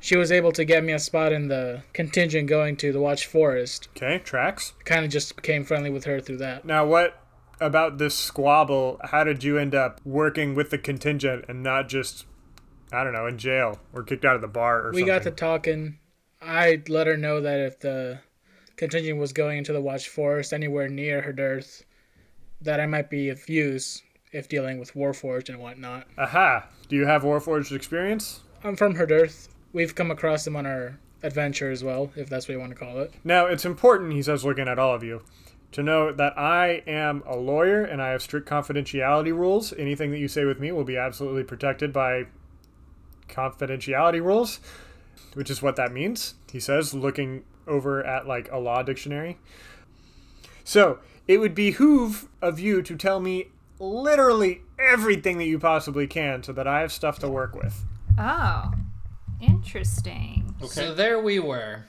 Speaker 7: she was able to get me a spot in the contingent going to the Watch Forest.
Speaker 2: Okay, tracks.
Speaker 7: Kind of just became friendly with her through that.
Speaker 2: Now what about this squabble? How did you end up working with the contingent and not just I don't know, in jail or kicked out of the bar or
Speaker 7: we
Speaker 2: something?
Speaker 7: got to talking. I let her know that if the contingent was going into the Watch Forest anywhere near her dearth, that I might be of use if dealing with Warforged and whatnot.
Speaker 2: Aha. Do you have Warforged experience?
Speaker 7: I'm from Herdirth. We've come across them on our adventure as well, if that's what you want to call it.
Speaker 2: Now, it's important, he says, looking at all of you, to know that I am a lawyer and I have strict confidentiality rules. Anything that you say with me will be absolutely protected by confidentiality rules, which is what that means, he says, looking over at like a law dictionary. So, it would behoove of you to tell me literally everything that you possibly can so that I have stuff to work with.
Speaker 5: Oh, interesting.
Speaker 6: So there we were,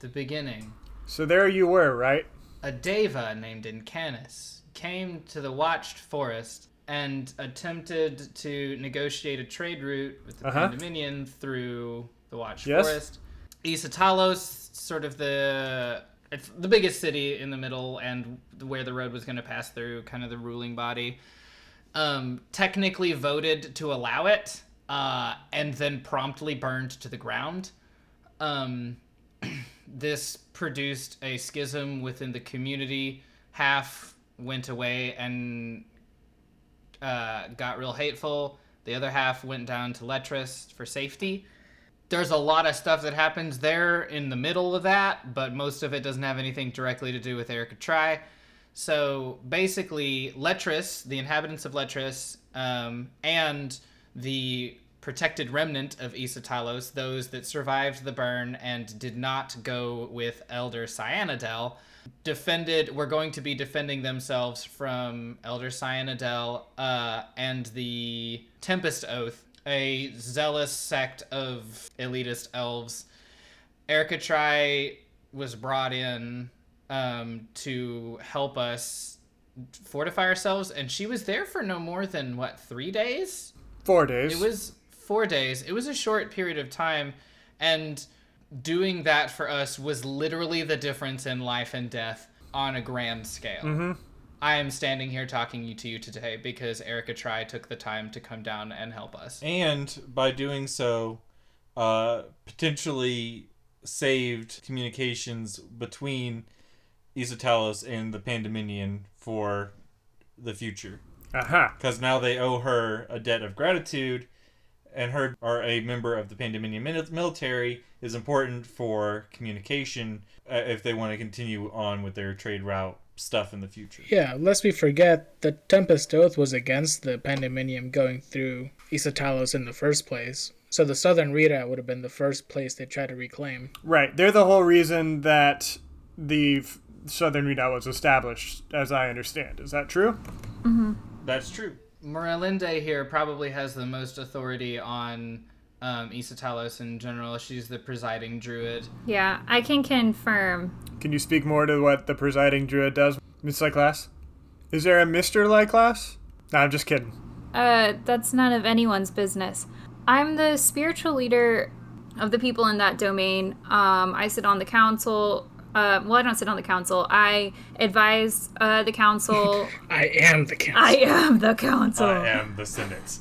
Speaker 6: the beginning.
Speaker 2: So there you were, right?
Speaker 6: A Deva named Incanus came to the Watched Forest and attempted to negotiate a trade route with the
Speaker 2: Uh-huh.
Speaker 6: Pandominion through the Watched
Speaker 2: Yes.
Speaker 6: Forest. Isatalos, sort of the it's the biggest city in the middle and where the road was going to pass through, kind of the ruling body, um, technically voted to allow it uh, and then promptly burned to the ground. Um, this produced a schism within the community. Half went away and uh, got real hateful. The other half went down to Letras for safety. There's a lot of stuff that happens there in the middle of that, but most of it doesn't have anything directly to do with Erica Try. So basically, Letras, the inhabitants of Letras, um, and the protected remnant of Isatalos, those that survived the burn and did not go with Elder Cyanadel, defended were going to be defending themselves from Elder Cyanadel uh, and the Tempest Oath, a zealous sect of elitist elves. Erica Try was brought in um, to help us fortify ourselves, and she was there for no more than what three days.
Speaker 2: Four days.
Speaker 6: It was four days. It was a short period of time, and doing that for us was literally the difference in life and death on a grand scale.
Speaker 2: Mhm.
Speaker 6: I am standing here talking to you today because Erica Try took the time to come down and help us.
Speaker 4: And by doing so, uh, potentially saved communications between Isotalos and the Pandominion for the future.
Speaker 2: Aha.
Speaker 4: Because now they owe her a debt of gratitude, and her are a member of the Pandominion mil- military is important for communication uh, if they want to continue on with their trade route stuff in the future.
Speaker 7: Yeah, lest we forget, the Tempest Oath was against the Pandemonium going through Isatalos in the first place, so the Southern Readout would have been the first place they tried to reclaim.
Speaker 2: Right. They're the whole reason that the f- Southern Redoubt was established, as I understand. Is that true?
Speaker 6: Mm-hmm.
Speaker 4: That's true.
Speaker 6: Morelinde here probably has the most authority on um, Isatalos in general. She's the presiding druid.
Speaker 5: Yeah, I can confirm.
Speaker 2: Can you speak more to what the presiding druid does, Miss Lyclass? Is there a Mr. Lyclass? No, I'm just kidding.
Speaker 5: Uh, that's none of anyone's business. I'm the spiritual leader of the people in that domain. Um, I sit on the council. Uh, well, I don't sit on the council. I advise uh, the council.
Speaker 7: I am the council.
Speaker 5: I am the council.
Speaker 4: I am the Senate.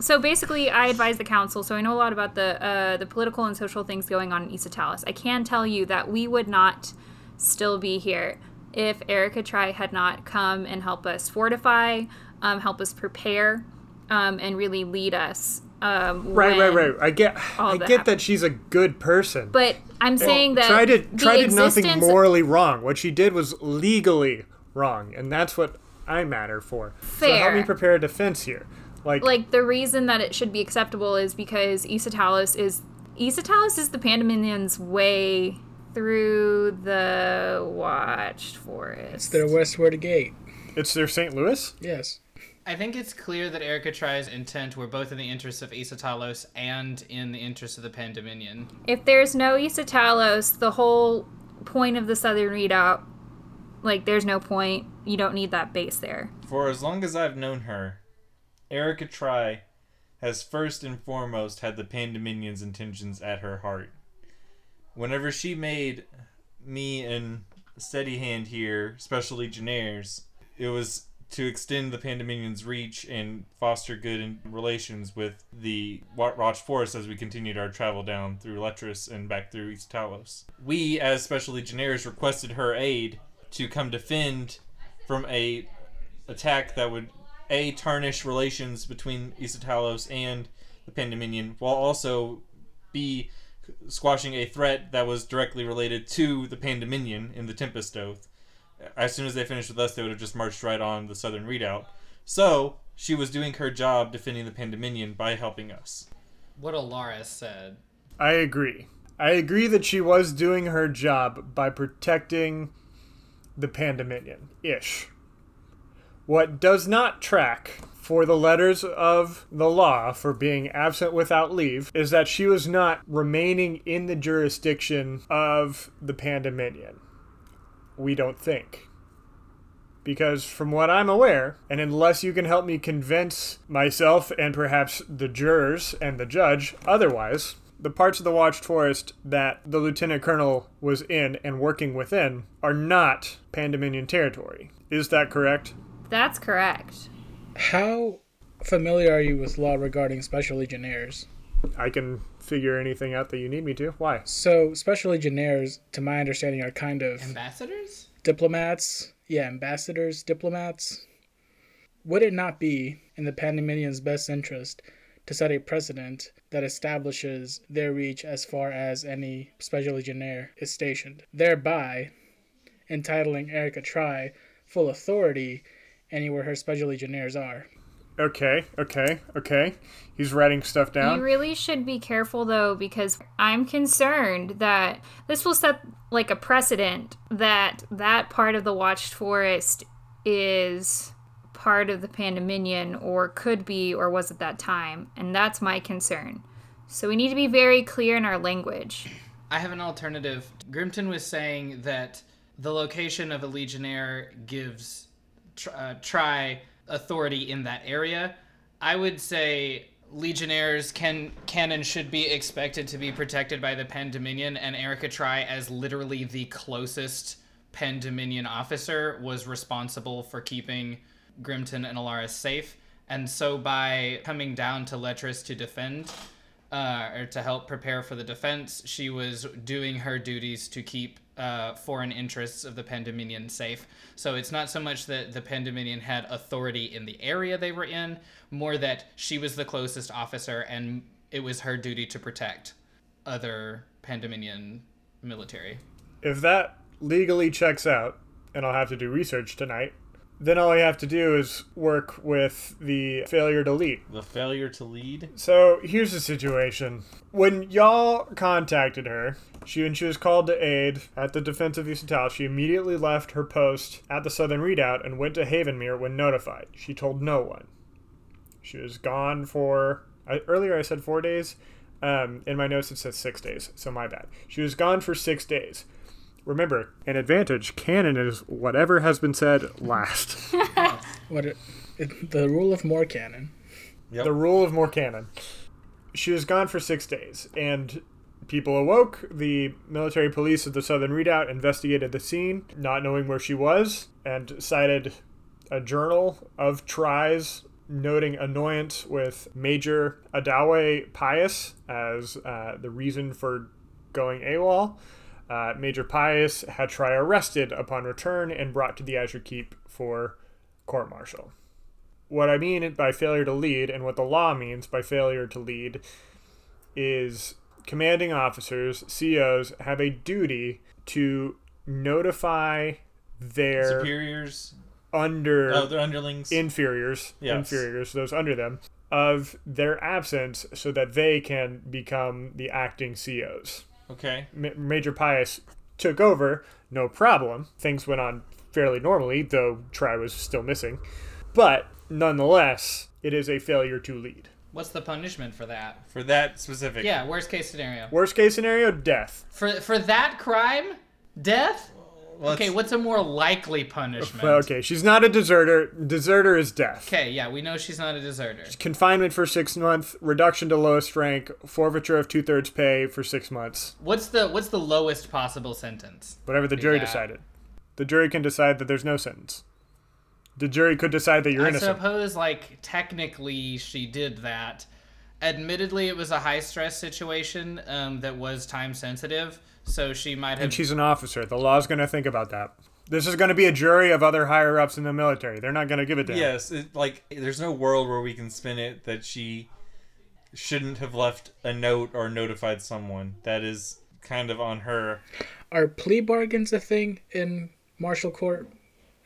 Speaker 5: So basically, I advise the council, so I know a lot about the uh, the political and social things going on in Isatalis. I can tell you that we would not still be here if Erica Try had not come and help us fortify, um, help us prepare, um, and really lead us. Um,
Speaker 2: Right, right,
Speaker 5: when-
Speaker 2: right. I get,
Speaker 5: all
Speaker 2: I
Speaker 5: that
Speaker 2: get that she's a good person.
Speaker 5: But I'm saying that
Speaker 2: Try did
Speaker 5: the
Speaker 2: Try did nothing
Speaker 5: existence-
Speaker 2: morally wrong. What she did was legally wrong, and that's what I matter for. So help me
Speaker 5: Fair.
Speaker 2: prepare a defense here. Like,
Speaker 5: like the reason that it should be acceptable is because Isatalis is Isatalis is the Pandominian's way through the watched forest.
Speaker 7: It's their Westward Gate.
Speaker 2: It's their St. Louis?
Speaker 7: Yes.
Speaker 6: I think it's clear that Erica Try's intent were both in the interests of Isatalos and in the interests of the Pandominion.
Speaker 5: If there's no Isatalos, the whole point of the Southern Redoubt, like there's no point. You don't need that base there.
Speaker 4: For as long as I've known her, Erica Try has first and foremost had the Pandominion's intentions at her heart. Whenever she made me and Steady Hand here special legionnaires, it was to extend the Pandominion's reach and foster good in relations with the Wa- Watch Forest as we continued our travel down through Letras and back through East Talos. We, as special legionnaires, requested her aid to come defend from a attack that would a tarnish relations between Isatalos and the Pandominion, while also b squashing a threat that was directly related to the Pandominion in the Tempest Oath. As soon as they finished with us, they would have just marched right on the southern redoubt. So she was doing her job defending the Pandominion by helping us.
Speaker 6: What Alaris said.
Speaker 2: I agree. I agree that she was doing her job by protecting the Pandominion ish. What does not track for the letters of the law for being absent without leave is that she was not remaining in the jurisdiction of the Pandominion. We don't think. Because, from what I'm aware, and unless you can help me convince myself and perhaps the jurors and the judge otherwise, the parts of the Watched Forest that the Lieutenant Colonel was in and working within are not Pandominion territory. Is that correct?
Speaker 5: That's correct.
Speaker 7: How familiar are you with law regarding special legionnaires?
Speaker 2: I can figure anything out that you need me to. Why?
Speaker 7: So, special legionnaires, to my understanding, are kind of
Speaker 6: ambassadors,
Speaker 7: diplomats. Yeah, ambassadors, diplomats. Would it not be in the Pandominians' best interest to set a precedent that establishes their reach as far as any special legionnaire is stationed, thereby entitling Erica Try full authority anywhere her special legionnaires are?
Speaker 2: Okay, okay, okay. He's writing stuff down.
Speaker 5: You really should be careful though, because I'm concerned that this will set like a precedent that that part of the Watched Forest is part of the Pandominion or could be or was at that time, and that's my concern. So we need to be very clear in our language.
Speaker 6: I have an alternative. Grimton was saying that the location of a legionnaire gives tr- uh, try authority in that area. I would say legionnaires can can and should be expected to be protected by the Penn Dominion, and Erica Try as literally the closest Penn Dominion officer was responsible for keeping Grimton and Alaris safe. And so by coming down to Letris to defend, uh, or to help prepare for the defense, she was doing her duties to keep uh, foreign interests of the Pandominion safe. So it's not so much that the Pandominion had authority in the area they were in, more that she was the closest officer and it was her duty to protect other Pandominion military.
Speaker 2: If that legally checks out, and I'll have to do research tonight, then all I have to do is work with the failure to lead.
Speaker 4: The failure to lead?
Speaker 2: So here's the situation. When y'all contacted her, she when she was called to aid at the defense of Usatal, she immediately left her post at the southern redoubt and went to Havenmere when notified. She told no one. She was gone for I, earlier I said four days. Um, in my notes it says six days, so my bad. She was gone for six days. Remember, an advantage canon is whatever has been said last.
Speaker 7: what it, it, the rule of more canon.
Speaker 2: Yep. The rule of more canon. She was gone for six days, and people awoke. The military police of the Southern Redoubt investigated the scene, not knowing where she was, and cited a journal of tries noting annoyance with Major Adawe Pius as uh, the reason for going AWOL. Uh, Major Pius had Try arrested upon return and brought to the Azure Keep for court martial. What I mean by failure to lead, and what the law means by failure to lead, is commanding officers, COs, have a duty to notify their
Speaker 4: superiors,
Speaker 2: under
Speaker 4: oh, their underlings,
Speaker 2: inferiors,
Speaker 4: Yes.
Speaker 2: inferiors, those under them, of their absence, so that they can become the acting COs.
Speaker 4: Okay.
Speaker 2: Ma- Major Pius took over, no problem. Things went on fairly normally, though Try was still missing. But nonetheless, it is a failure to lead.
Speaker 6: What's the punishment for that?
Speaker 4: For that specific.
Speaker 6: Yeah, worst case scenario.
Speaker 2: Worst case scenario, death.
Speaker 6: For for that crime, death.
Speaker 2: let's-
Speaker 6: okay, what's a more likely punishment?
Speaker 2: Well, okay, she's not a deserter. Deserter is death.
Speaker 6: Okay, yeah, we know she's not a deserter.
Speaker 2: Confinement for six months, reduction to lowest rank, forfeiture of two thirds pay for six months.
Speaker 6: What's the what's the lowest possible sentence?
Speaker 2: Whatever the jury
Speaker 6: Yeah.
Speaker 2: decided. The jury can decide that there's no sentence. The jury could decide that you're
Speaker 6: I
Speaker 2: innocent.
Speaker 6: suppose, like, technically she did that. Admittedly, it was a high stress situation um, that was time sensitive, so she might have.
Speaker 2: And she's an officer. The law's going to think about that. This is going to be a jury of other higher ups in the military. They're not going to give a damn.
Speaker 4: Yes, it, like there's no world where we can spin it that she shouldn't have left a note or notified someone. That is kind of on her.
Speaker 7: Are plea bargains a thing in martial court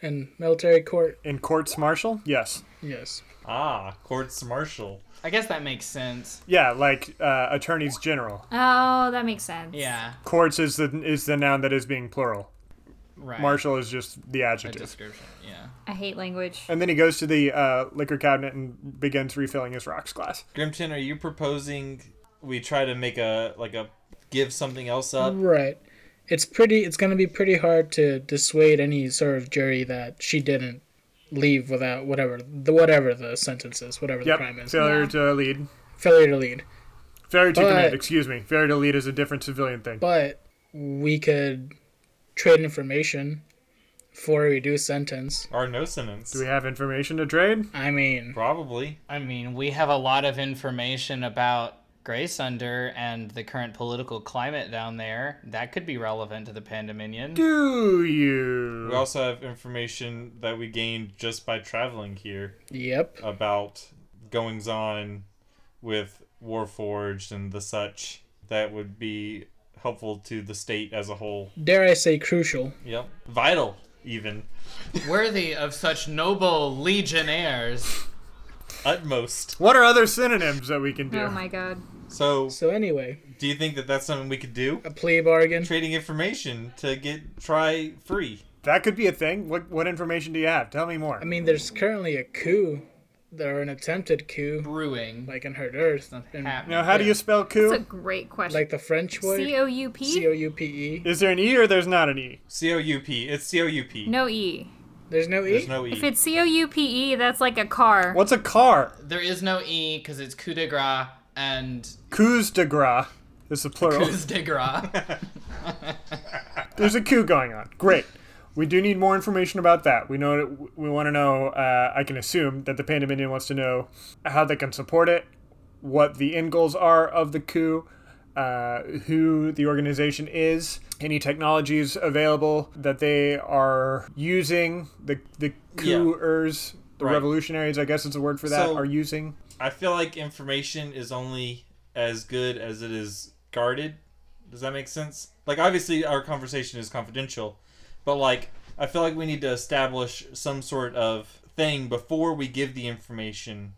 Speaker 7: and military court?
Speaker 2: In courts martial? Yes.
Speaker 7: Yes.
Speaker 4: Ah, courts martial.
Speaker 6: I guess that makes sense.
Speaker 2: Yeah, like uh, attorneys general.
Speaker 5: Oh, that makes sense.
Speaker 6: Yeah.
Speaker 2: Courts is the is the noun that is being plural.
Speaker 6: Right.
Speaker 2: Martial is just the adjective.
Speaker 6: description. Yeah.
Speaker 5: I hate language.
Speaker 2: And then he goes to the uh, liquor cabinet and begins refilling his rocks glass.
Speaker 4: Grimton, are you proposing we try to make a like a give something else up?
Speaker 2: Mm.
Speaker 7: Right. It's pretty. It's going to be pretty hard to dissuade any sort of jury that she didn't leave without whatever the whatever the sentence is, whatever the crime
Speaker 2: Yep.
Speaker 7: is.
Speaker 2: Failure to lead.
Speaker 7: Failure to lead.
Speaker 2: Failure to
Speaker 7: But-
Speaker 2: commit. Excuse me. Failure to lead is a different civilian thing.
Speaker 7: But we could trade information for a reduced sentence.
Speaker 4: Or no sentence?
Speaker 2: Do we have information to trade?
Speaker 7: I mean,
Speaker 4: Probably.
Speaker 6: I mean, we have a lot of information about Grace Under and the current political climate down there. That could be relevant to the Pandominion.
Speaker 2: Do you?
Speaker 4: We also have information that we gained just by traveling here.
Speaker 7: Yep.
Speaker 4: About goings on with Warforged and the such that would be helpful to the state as a whole.
Speaker 7: dare I say, crucial.
Speaker 4: Yep. Vital, even.
Speaker 6: Worthy of such noble legionnaires.
Speaker 4: Utmost.
Speaker 2: What are other synonyms that we can do?
Speaker 5: Oh my god.
Speaker 4: So,
Speaker 7: So anyway,
Speaker 4: do you think that that's something we could do?
Speaker 7: a plea bargain.
Speaker 4: Trading information to get try free.
Speaker 2: That could be a thing. What what information do you have? Tell me more.
Speaker 7: I mean, there's currently a coup, or an attempted coup,
Speaker 6: Brewing.
Speaker 7: like in Herd Earth, in-
Speaker 6: happening.
Speaker 2: Now, how do you spell coup?
Speaker 5: That's a great question.
Speaker 7: like the French
Speaker 5: C
Speaker 7: word.
Speaker 5: O U
Speaker 7: C
Speaker 5: P?
Speaker 7: O U P E.
Speaker 2: Is there an e or there's not an e?
Speaker 4: C O U P. It's C O U P.
Speaker 5: No E.
Speaker 7: There's no
Speaker 4: There's
Speaker 7: e.
Speaker 4: no
Speaker 5: If
Speaker 4: E.
Speaker 5: it's C O U P E, that's like a car.
Speaker 2: What's a car?
Speaker 6: There is no E because it's coup de grace and
Speaker 2: Coups de grace. This is a plural.
Speaker 6: coups de grace.
Speaker 2: There's a coup going on. Great. We do need more information about that. We know we want to know. Uh, I can assume that the Pandominion wants to know how they can support it, what the end goals are of the coup, uh, who the organization is, any technologies available that they are using. The the coupers, the
Speaker 4: Right.
Speaker 2: revolutionaries, I guess is the word for that,
Speaker 4: So-
Speaker 2: are using.
Speaker 4: I feel like information is only as good as it is guarded. Does that make sense? Like obviously our conversation is confidential, but like I feel like we need to establish some sort of thing before we give the information.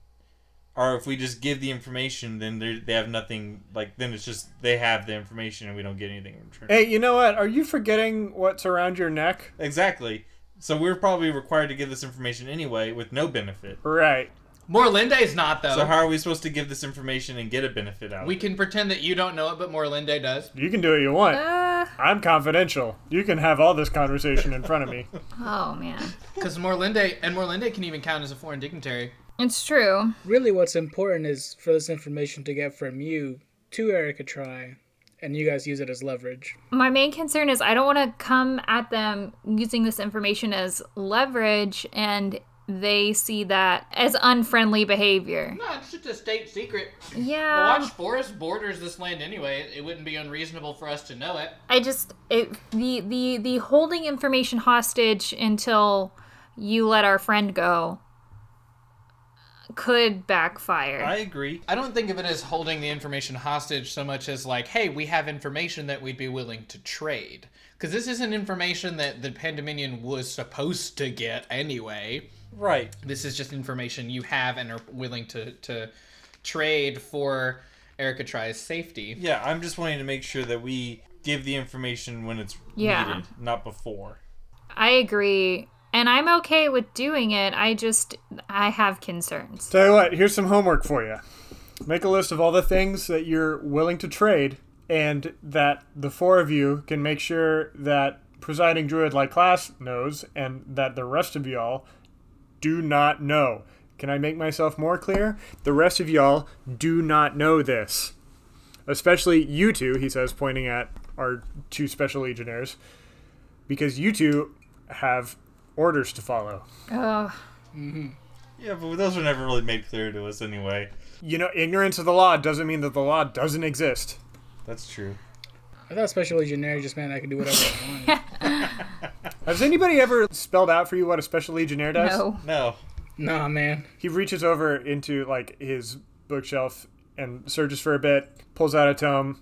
Speaker 4: Or if we just give the information, then they they have nothing. Like then it's just they have the information and we don't get anything in return.
Speaker 2: Hey, you know what? Are you forgetting what's around your neck?
Speaker 4: Exactly. So we're probably required to give this information anyway with no benefit.
Speaker 2: Right.
Speaker 6: Morlinde's not though.
Speaker 4: So how are we supposed to give this information and get a benefit out? of
Speaker 6: we
Speaker 4: it?
Speaker 6: can pretend that you don't know it, but Morlinde does.
Speaker 2: You can do what you want.
Speaker 5: Uh,
Speaker 2: I'm confidential. You can have all this conversation in front of me.
Speaker 5: oh man.
Speaker 6: Because Morlinde and Morlinde can even count as a foreign dignitary.
Speaker 5: It's true.
Speaker 7: Really, what's important is for this information to get from you to Erica Try, and you guys use it as leverage.
Speaker 5: My main concern is I don't want to come at them using this information as leverage and they see that as unfriendly behavior.
Speaker 6: No, it's just a state secret. The
Speaker 5: Yeah.
Speaker 6: Watch Forest borders this land anyway. It wouldn't be unreasonable for us to know it.
Speaker 5: I just it, the the the holding information hostage until you let our friend go could backfire.
Speaker 4: I agree.
Speaker 6: I don't think of it as holding the information hostage so much as like, hey, we have information that we'd be willing to trade. Because this isn't information that the Pandominion was supposed to get anyway.
Speaker 4: Right.
Speaker 6: This is just information you have and are willing to, to trade for Erica Try's safety.
Speaker 4: Yeah, I'm just wanting to make sure that we give the information when it's
Speaker 5: Yeah.
Speaker 4: needed, not before.
Speaker 5: I agree. And I'm okay with doing it. I just I have concerns.
Speaker 2: Tell you what, here's some homework for you. Make a list of all the things that you're willing to trade, and that the four of you can make sure that presiding druid like class knows, and that the rest of y'all do not know. Can I make myself more clear? The rest of y'all do not know this. Especially you two, he says, pointing at our two special legionnaires, because you two have orders to follow.
Speaker 5: Ugh.
Speaker 4: Yeah, but those were never really made clear to us anyway.
Speaker 2: You know, ignorance of the law doesn't mean that the law doesn't exist.
Speaker 4: That's true.
Speaker 7: I thought special legionnaire just meant I could do whatever I wanted.
Speaker 2: Has anybody ever spelled out for you what a special legionnaire does?
Speaker 5: No.
Speaker 4: No.
Speaker 7: Nah, man.
Speaker 2: He reaches over into like his bookshelf and searches for a bit, pulls out a tome.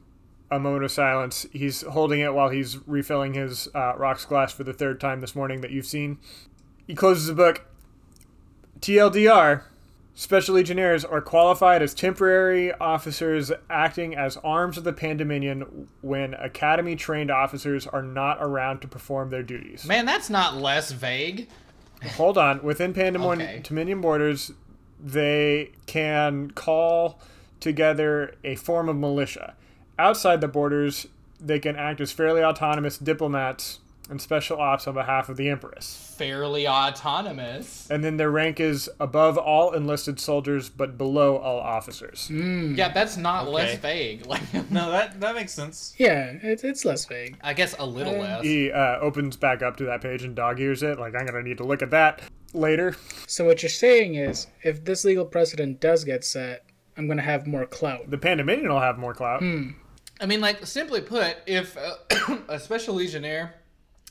Speaker 2: A moment of silence. He's holding it while he's refilling his uh, rocks glass for the third time this morning that you've seen. He closes the book. TLDR Special Legionnaires are qualified as temporary officers acting as arms of the Pandominion when academy trained officers are not around to perform their duties.
Speaker 6: Man, that's not less vague.
Speaker 2: Hold on. Within Pandemonium Dominion borders, they can call together a form of militia. Outside the borders, they can act as fairly autonomous diplomats and special ops on behalf of the Empress.
Speaker 6: Fairly autonomous.
Speaker 2: And then their rank is above all enlisted soldiers but below all officers.
Speaker 6: Yeah, that's not less
Speaker 2: Okay.
Speaker 6: vague. Like
Speaker 4: no, that that makes sense.
Speaker 7: Yeah, it, it's less vague.
Speaker 6: I guess a little less.
Speaker 2: He uh, opens back up to that page and dog ears it. Like, I'm going to need to look at that later.
Speaker 7: So what you're saying is, if this legal precedent does get set, I'm gonna have more clout.
Speaker 2: The Pandominion will have more clout.
Speaker 7: Hmm.
Speaker 6: I mean, like simply put, if a, a special legionnaire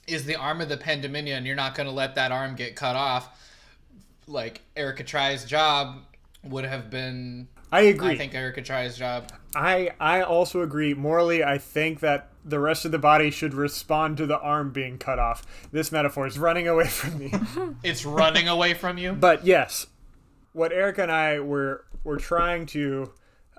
Speaker 6: is the arm of the Pandominion, you're not going to let that arm get cut off. Like Erica Try's job would have been.
Speaker 2: I agree.
Speaker 6: I think Erica Try's job.
Speaker 2: I I also agree. Morally, I think that the rest of the body should respond to the arm being cut off. This metaphor is running away from me.
Speaker 6: It's running away from you.
Speaker 2: but yes, what Eric and I were were trying to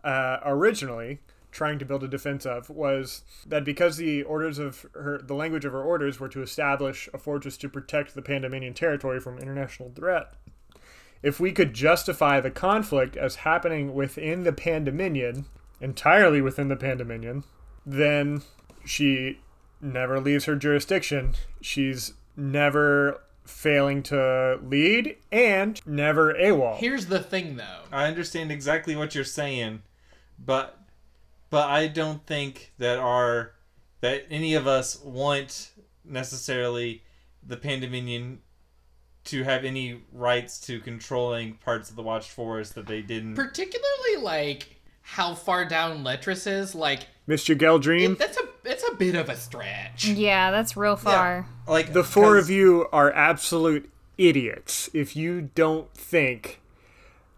Speaker 2: uh, originally trying to build a defense of was that because the orders of her the language of her orders were to establish a fortress to protect the Pandominian territory from international threat. If we could justify the conflict as happening within the Pandominion, entirely within the Pandominion, then she never leaves her jurisdiction. She's never failing to lead and never AWOL.
Speaker 6: Here's the thing, though.
Speaker 4: I understand exactly what you're saying, but but I don't think that our that any of us want necessarily the Pandominion to have any rights to controlling parts of the Watched Forest that they didn't.
Speaker 6: Particularly like how far down Letrus is. Like
Speaker 2: Mr. Geldream,
Speaker 6: that's a that's a bit of a stretch.
Speaker 5: Yeah, that's real far.
Speaker 4: like
Speaker 2: the four of you are absolute idiots if you don't think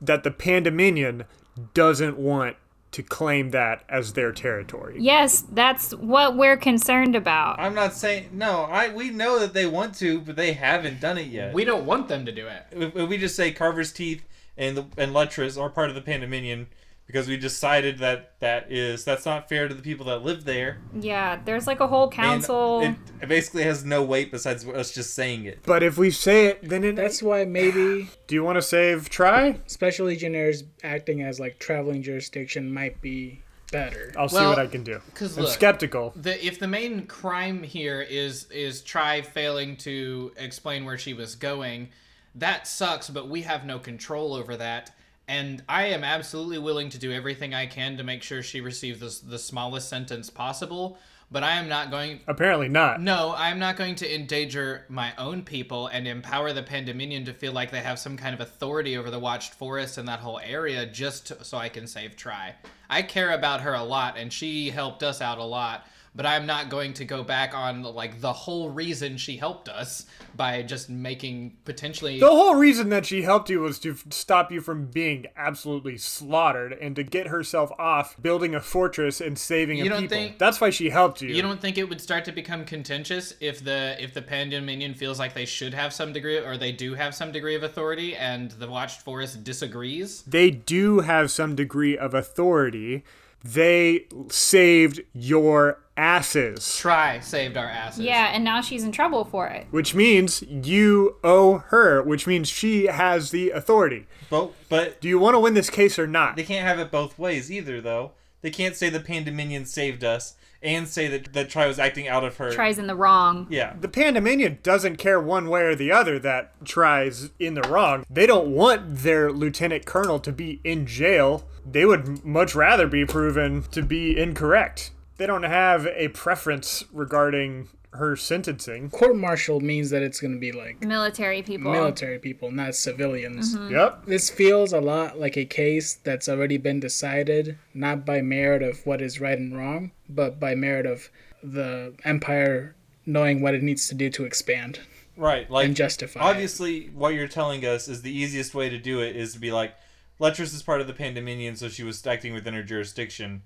Speaker 2: that the Pandominion doesn't want to claim that as their territory.
Speaker 5: Yes, that's what we're concerned about.
Speaker 4: I'm not saying no. I we know that they want to, but they haven't done it yet.
Speaker 6: We don't want them to do it.
Speaker 4: If- if we just say Carver's Teeth and the, and Letrus are part of the Pandominion because we decided that that is that's not fair to the people that live there.
Speaker 5: Yeah, there's like a whole
Speaker 4: And
Speaker 5: council.
Speaker 4: it basically has no weight besides us just saying it.
Speaker 2: But if we say it, then it.
Speaker 7: That's why maybe
Speaker 2: Do you want to save Try?
Speaker 7: special legionnaires acting as like traveling jurisdiction might be better.
Speaker 2: I'll see
Speaker 6: Well,
Speaker 2: what I can do.
Speaker 6: 'cause
Speaker 2: I'm
Speaker 6: look-
Speaker 2: skeptical.
Speaker 6: The, if the main crime here is is Try failing to explain where she was going, that sucks. But we have no control over that, and I am absolutely willing to do everything I can to make sure she receives the, s- the smallest sentence possible. But I am not going.
Speaker 2: Apparently not.
Speaker 6: No, I'm not going to endanger my own people and empower the Pandominion to feel like they have some kind of authority over the Watched Forest and that whole area just to, so I can save Try. I care about her a lot, and she helped us out a lot. But I'm not going to go back on like the whole reason she helped us by just making potentially
Speaker 2: The whole reason that she helped you was to f- stop you from being absolutely slaughtered and to get herself off building a fortress and saving
Speaker 6: You
Speaker 2: a
Speaker 6: don't
Speaker 2: people.
Speaker 6: think-
Speaker 2: That's why she helped you.
Speaker 6: You don't think it would start to become contentious if the if the Pandominion feels like they should have some degree or they do have some degree of authority and the Watched Forest disagrees?
Speaker 2: they do have some degree of authority. They saved your asses,
Speaker 6: Try saved our asses.
Speaker 5: yeah, and now she's in trouble for it.
Speaker 2: which means you owe her, which means she has the authority.
Speaker 4: But but
Speaker 2: Do you want to win this case or not?
Speaker 4: they can't have it both ways either, though. They can't say the Pandominion saved us and say that that Try was acting out of her.
Speaker 5: Tries in the wrong.
Speaker 4: Yeah.
Speaker 2: The Pandominion doesn't care one way or the other that tries in the wrong. They don't want their lieutenant colonel to be in jail. They would much rather be proven to be incorrect. They don't have a preference regarding her sentencing.
Speaker 7: Court martial means that it's gonna be like
Speaker 5: Military people.
Speaker 7: military people, not civilians.
Speaker 2: Yep.
Speaker 7: This feels a lot like a case that's already been decided, not by merit of what is right and wrong, but by merit of the empire knowing what it needs to do to expand.
Speaker 4: Right. Like
Speaker 7: And justify it.
Speaker 4: Obviously, what you're telling us is the easiest way to do it is to be like, Letrus is part of the Pandominion, so she was acting within her jurisdiction,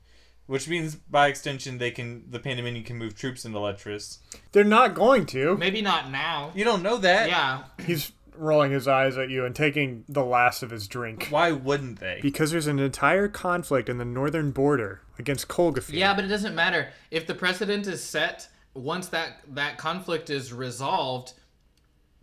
Speaker 4: which means by extension they can the Pandominion can move troops into Letrus.
Speaker 2: They're not going to.
Speaker 6: Maybe not now.
Speaker 4: You don't know that.
Speaker 6: Yeah.
Speaker 2: He's rolling his eyes at you and taking the last of his drink.
Speaker 4: Why wouldn't they?
Speaker 2: Because there's an entire conflict in the northern border against Kolgafir.
Speaker 6: Yeah, but it doesn't matter if the precedent is set. Once that that conflict is resolved,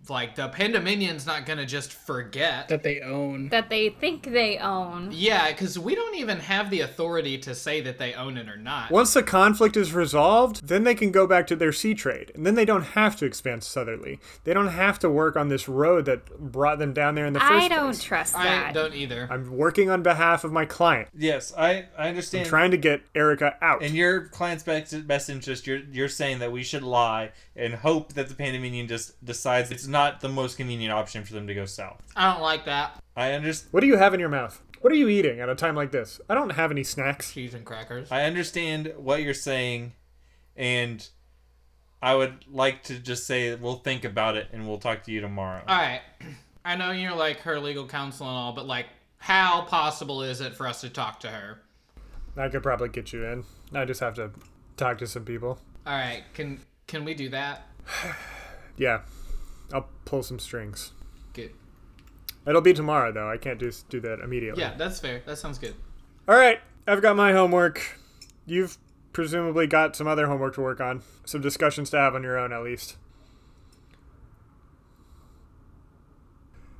Speaker 6: like the Pandominion's not gonna just forget
Speaker 7: that they own.
Speaker 5: that they think they own.
Speaker 6: Yeah, because we don't even have the authority to say that they own it or not.
Speaker 2: Once the conflict is resolved, then they can go back to their sea trade, and then they don't have to expand southerly. They don't have to work on this road that brought them down there in the first
Speaker 5: I
Speaker 2: place.
Speaker 5: don't trust that.
Speaker 6: I don't either.
Speaker 2: I'm working on behalf of my client.
Speaker 4: Yes, I I
Speaker 2: I'm
Speaker 4: understand.
Speaker 2: trying to get Erica out.
Speaker 4: in your client's best, best interest, you're you're saying that we should lie and hope that the Pandominion just decides it's not the most convenient option for them to go south.
Speaker 6: I don't like that.
Speaker 4: I understand.
Speaker 2: What do you have in your mouth? What are you eating at a time like this? I don't have any snacks.
Speaker 6: Cheese and crackers.
Speaker 4: I understand what you're saying, and I would like to just say we'll think about it and we'll talk to you tomorrow.
Speaker 6: All right. I know you're like her legal counsel and all, but like, how possible is it for us to talk to her?
Speaker 2: I could probably get you in. I just have to talk to some people.
Speaker 6: All right. Can can we do that?
Speaker 2: Yeah, I'll pull some strings.
Speaker 6: Good.
Speaker 2: It'll be tomorrow though. I can't just do that immediately.
Speaker 6: Yeah, that's fair. That sounds good.
Speaker 2: All right, I've got my homework. You've presumably got some other homework to work on, some discussions to have on your own, at least.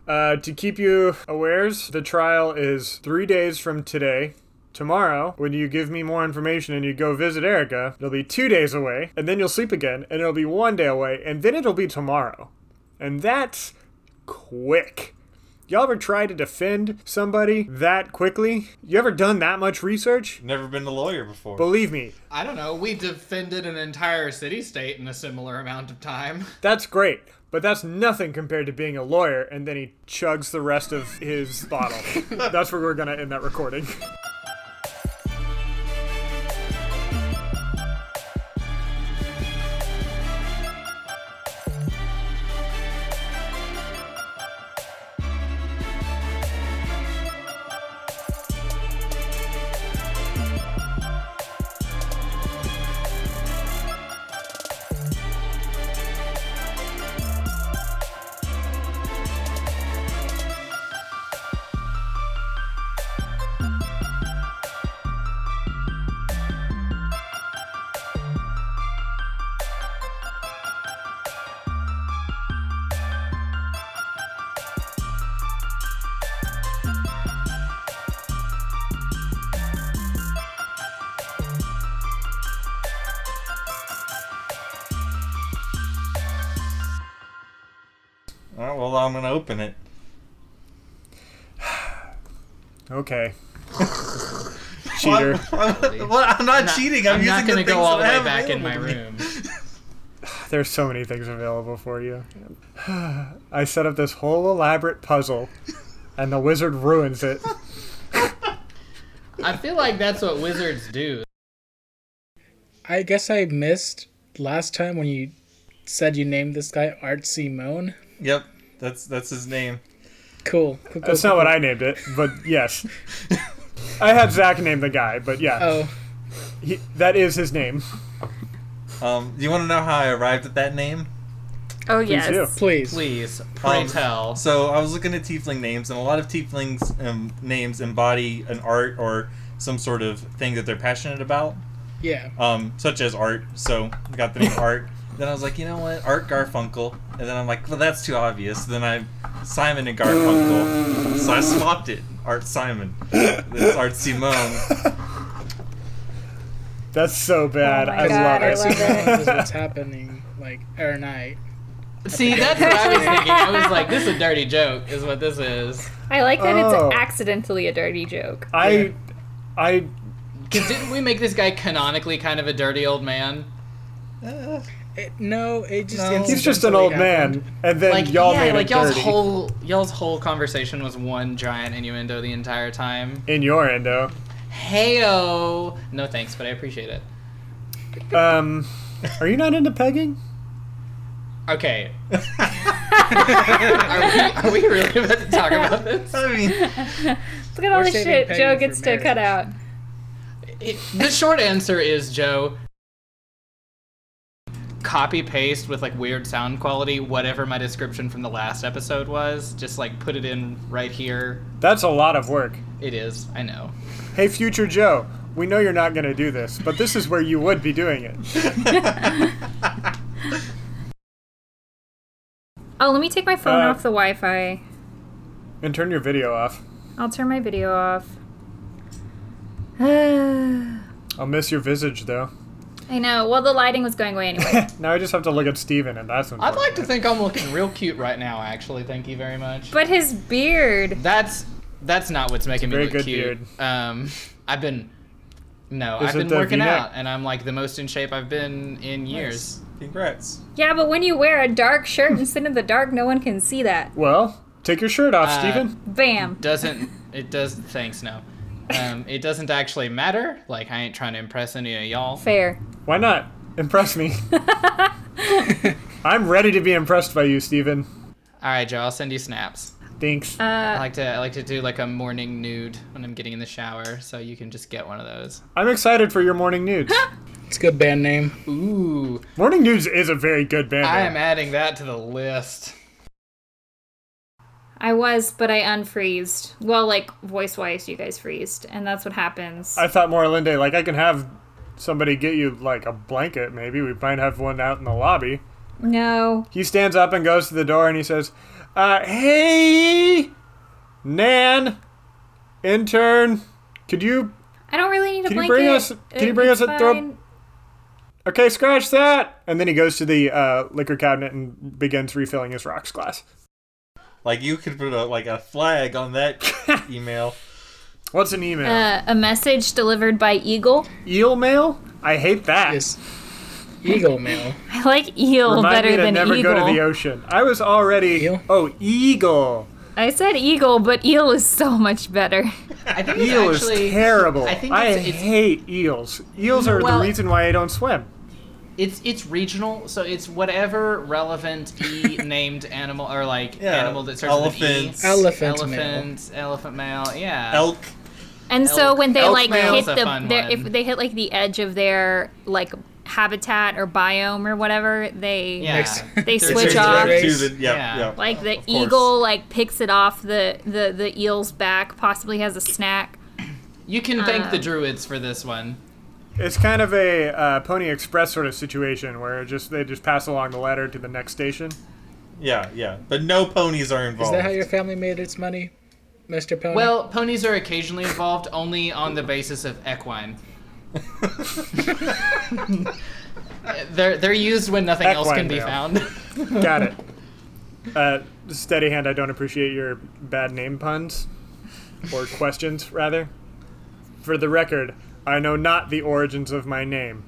Speaker 2: Uh, to keep you awares, the trial is three days from today. Tomorrow, when you give me more information and you go visit Erica, it'll be two days away, and then you'll sleep again, and it'll be one day away, and then it'll be tomorrow. And that's quick. Y'all ever try to defend somebody that quickly? You ever done that much research?
Speaker 4: Never been a lawyer before.
Speaker 2: Believe me,
Speaker 6: I don't know. We defended an entire city state in a similar amount of time.
Speaker 2: that's great, but that's nothing compared to being a lawyer, and then he chugs the rest of his bottle. that's where we're gonna end that recording.
Speaker 4: All right, well I'm gonna open it.
Speaker 2: Okay. Cheater.
Speaker 4: Well, I'm not cheating. I'm,
Speaker 6: I'm
Speaker 4: using
Speaker 6: not gonna
Speaker 4: the things
Speaker 6: go all the
Speaker 4: that I
Speaker 6: way
Speaker 4: have
Speaker 6: back in my
Speaker 4: available to me.
Speaker 6: room.
Speaker 2: There's so many things available for you. I set up this whole elaborate puzzle, and the wizard ruins it.
Speaker 6: I feel like that's what wizards do.
Speaker 7: I guess I missed last time when you said you named this guy Artsy Moan.
Speaker 4: Yep, that's that's his name.
Speaker 7: Cool. Cool, cool,
Speaker 2: That's not
Speaker 7: cool,
Speaker 2: what I named it, but yes. I had Zach name the guy, but yeah.
Speaker 7: cool.
Speaker 2: He, that is his name.
Speaker 4: Um, you want to know how I arrived at that name?
Speaker 5: Oh
Speaker 2: Please do.
Speaker 5: yes.
Speaker 7: Please.
Speaker 6: Please, pray
Speaker 4: Um,
Speaker 6: tell.
Speaker 4: So I was looking at tiefling names, and a lot of tieflings um, names embody an art or some sort of thing that they're passionate about,
Speaker 7: Yeah.
Speaker 2: Oh.
Speaker 4: um, such as art. So I got the name Art. Then I was like, you know what, Art Garfunkel. And then I'm like, well, that's too obvious. Then I Simon and Garfunkel. So I swapped it, Art Simon. It's Art Simone.
Speaker 2: That's so bad.
Speaker 5: Oh my
Speaker 2: I love
Speaker 5: God, I
Speaker 2: it.
Speaker 5: love it.
Speaker 7: This is what's happening, like, every night.
Speaker 6: See, that's what I was thinking. I was like, this is a dirty joke, is what this is.
Speaker 5: I like that
Speaker 2: Oh.
Speaker 5: it's accidentally a dirty joke.
Speaker 2: I, I,
Speaker 6: Because didn't we make this guy canonically kind of a dirty old man?
Speaker 7: It, no, it just.
Speaker 2: he's just an old
Speaker 7: incidentally happened.
Speaker 2: man, and then
Speaker 6: Like
Speaker 2: y'all
Speaker 6: yeah,
Speaker 2: made
Speaker 6: like
Speaker 2: it
Speaker 6: y'all's
Speaker 2: dirty
Speaker 6: whole y'all's whole conversation was one giant innuendo the entire time.
Speaker 2: in your endo.
Speaker 6: Heyo, no thanks, but I appreciate it.
Speaker 2: Um, are you not into pegging?
Speaker 6: Okay, are, we, are we really about to talk about this? I mean,
Speaker 5: Look at all
Speaker 6: We're
Speaker 5: the
Speaker 6: saving
Speaker 5: shit
Speaker 6: Peggy
Speaker 5: Joe
Speaker 6: for
Speaker 5: gets to
Speaker 6: marriage.
Speaker 5: cut out.
Speaker 6: it- the short answer is Joe. Copy paste with like weird sound quality, whatever my description from the last episode was. Just like put it in right here.
Speaker 2: That's a lot of work.
Speaker 6: It is. I know.
Speaker 2: Hey, future Joe, we know you're not going to do this, but this is where you would be doing it.
Speaker 5: Oh, let me take my phone
Speaker 2: Uh,
Speaker 5: off the Wi-Fi.
Speaker 2: And turn your video off.
Speaker 5: I'll turn my video off. I
Speaker 2: I'll miss your visage, though.
Speaker 5: know. Well, the lighting was going away anyway.
Speaker 2: Now I just have to look at Steven, and that's
Speaker 6: I'd like to think I'm looking real cute right now. Actually, thank you very much.
Speaker 5: but his beard.
Speaker 6: That's that's not what's making me
Speaker 5: Very
Speaker 6: look
Speaker 5: good
Speaker 6: cute. Um, I've been no,
Speaker 5: Is
Speaker 6: I've
Speaker 5: it
Speaker 6: been
Speaker 5: the
Speaker 6: working
Speaker 5: V-neck?
Speaker 6: out, and I'm like the most in shape I've been in years.
Speaker 4: Congrats.
Speaker 5: Yeah, but when you wear a dark shirt and sit in the dark, no one can see that.
Speaker 2: Well, take your shirt off,
Speaker 6: Uh,
Speaker 2: Steven.
Speaker 5: Bam.
Speaker 6: Doesn't it does? Thanks, no. Um, it doesn't actually matter. Like I ain't trying to impress any of y'all.
Speaker 5: Fair.
Speaker 2: Why not? Impress me. I'm ready to be impressed by you, Steven.
Speaker 6: All right, Joe, I'll send you snaps.
Speaker 2: Thanks.
Speaker 6: I like to I like to do like a morning nude when I'm getting in the shower, so you can just get one of those.
Speaker 2: I'm excited for your Morning Nudes.
Speaker 7: It's a good band name.
Speaker 6: Ooh.
Speaker 2: Morning Nudes is a very good band
Speaker 6: I
Speaker 2: name.
Speaker 6: am adding that to the list.
Speaker 5: I was, but I unfreezed. Well, like voice wise, you guys freezed, and that's what happens.
Speaker 2: I thought more Linde, like, I can have somebody get you, like, a blanket, maybe. We might have one out in the lobby.
Speaker 5: No.
Speaker 2: He stands up and goes to the door and he says, uh, Hey, Nan, intern, could you
Speaker 5: I don't really need a
Speaker 2: Can you
Speaker 5: blanket.
Speaker 2: bring us- can you bring
Speaker 5: It's
Speaker 2: us a throw-
Speaker 5: fine.
Speaker 2: Okay, scratch that. And then he goes to the uh, liquor cabinet and begins refilling his rocks glass.
Speaker 4: Like you could put a, like a flag on that email.
Speaker 2: What's an email?
Speaker 5: Uh, a message delivered by Eagle.
Speaker 2: Eel mail? I hate that.
Speaker 7: Eagle mail.
Speaker 5: I like eel
Speaker 2: Remind
Speaker 5: better
Speaker 2: me to
Speaker 5: than
Speaker 2: never
Speaker 5: eagle.
Speaker 2: go to the ocean. I was already. Oh, eagle.
Speaker 5: I said eagle, but eel is so much better.
Speaker 6: I think
Speaker 2: Eel is terrible. I,
Speaker 6: I think it's- it's-
Speaker 2: hate eels. Eels are
Speaker 6: Well-
Speaker 2: the reason why I don't swim.
Speaker 6: It's it's regional, so it's whatever relevant e named animal or like
Speaker 4: Yeah,
Speaker 6: animal that starts
Speaker 4: elephants.
Speaker 6: with an e.
Speaker 4: Elephant
Speaker 6: elephant,
Speaker 4: male.
Speaker 6: elephant male, yeah.
Speaker 4: Elk.
Speaker 5: And so
Speaker 6: Elk-
Speaker 5: when they
Speaker 6: elk
Speaker 5: like
Speaker 6: mail's
Speaker 5: hit
Speaker 6: a
Speaker 5: the
Speaker 6: fun
Speaker 5: their,
Speaker 6: one.
Speaker 5: if they hit like the edge of their like habitat or biome or whatever, they
Speaker 4: Yeah. Next-
Speaker 5: they
Speaker 4: They're
Speaker 5: switch
Speaker 4: changed
Speaker 5: off.
Speaker 4: back to the- yeah, Yeah. yeah,
Speaker 5: Like the
Speaker 4: of course.
Speaker 5: eagle like picks it off the the the eel's back, possibly has a snack.
Speaker 6: You can thank the
Speaker 5: Um,
Speaker 6: druids for this one.
Speaker 2: It's kind of a uh, Pony Express sort of situation where it just they just pass along the ladder to the next station.
Speaker 4: Yeah, yeah. But no ponies are
Speaker 7: Is
Speaker 4: involved.
Speaker 7: that how your family made its money, Mr. Pony?
Speaker 6: Well, ponies are occasionally involved only on the basis of equine. they're they're used when nothing else can
Speaker 2: Equine
Speaker 6: be
Speaker 2: male.
Speaker 6: found.
Speaker 2: Got it. Uh, steady hand, I don't appreciate your bad name puns or questions, rather. For the record, I know not the origins of my name.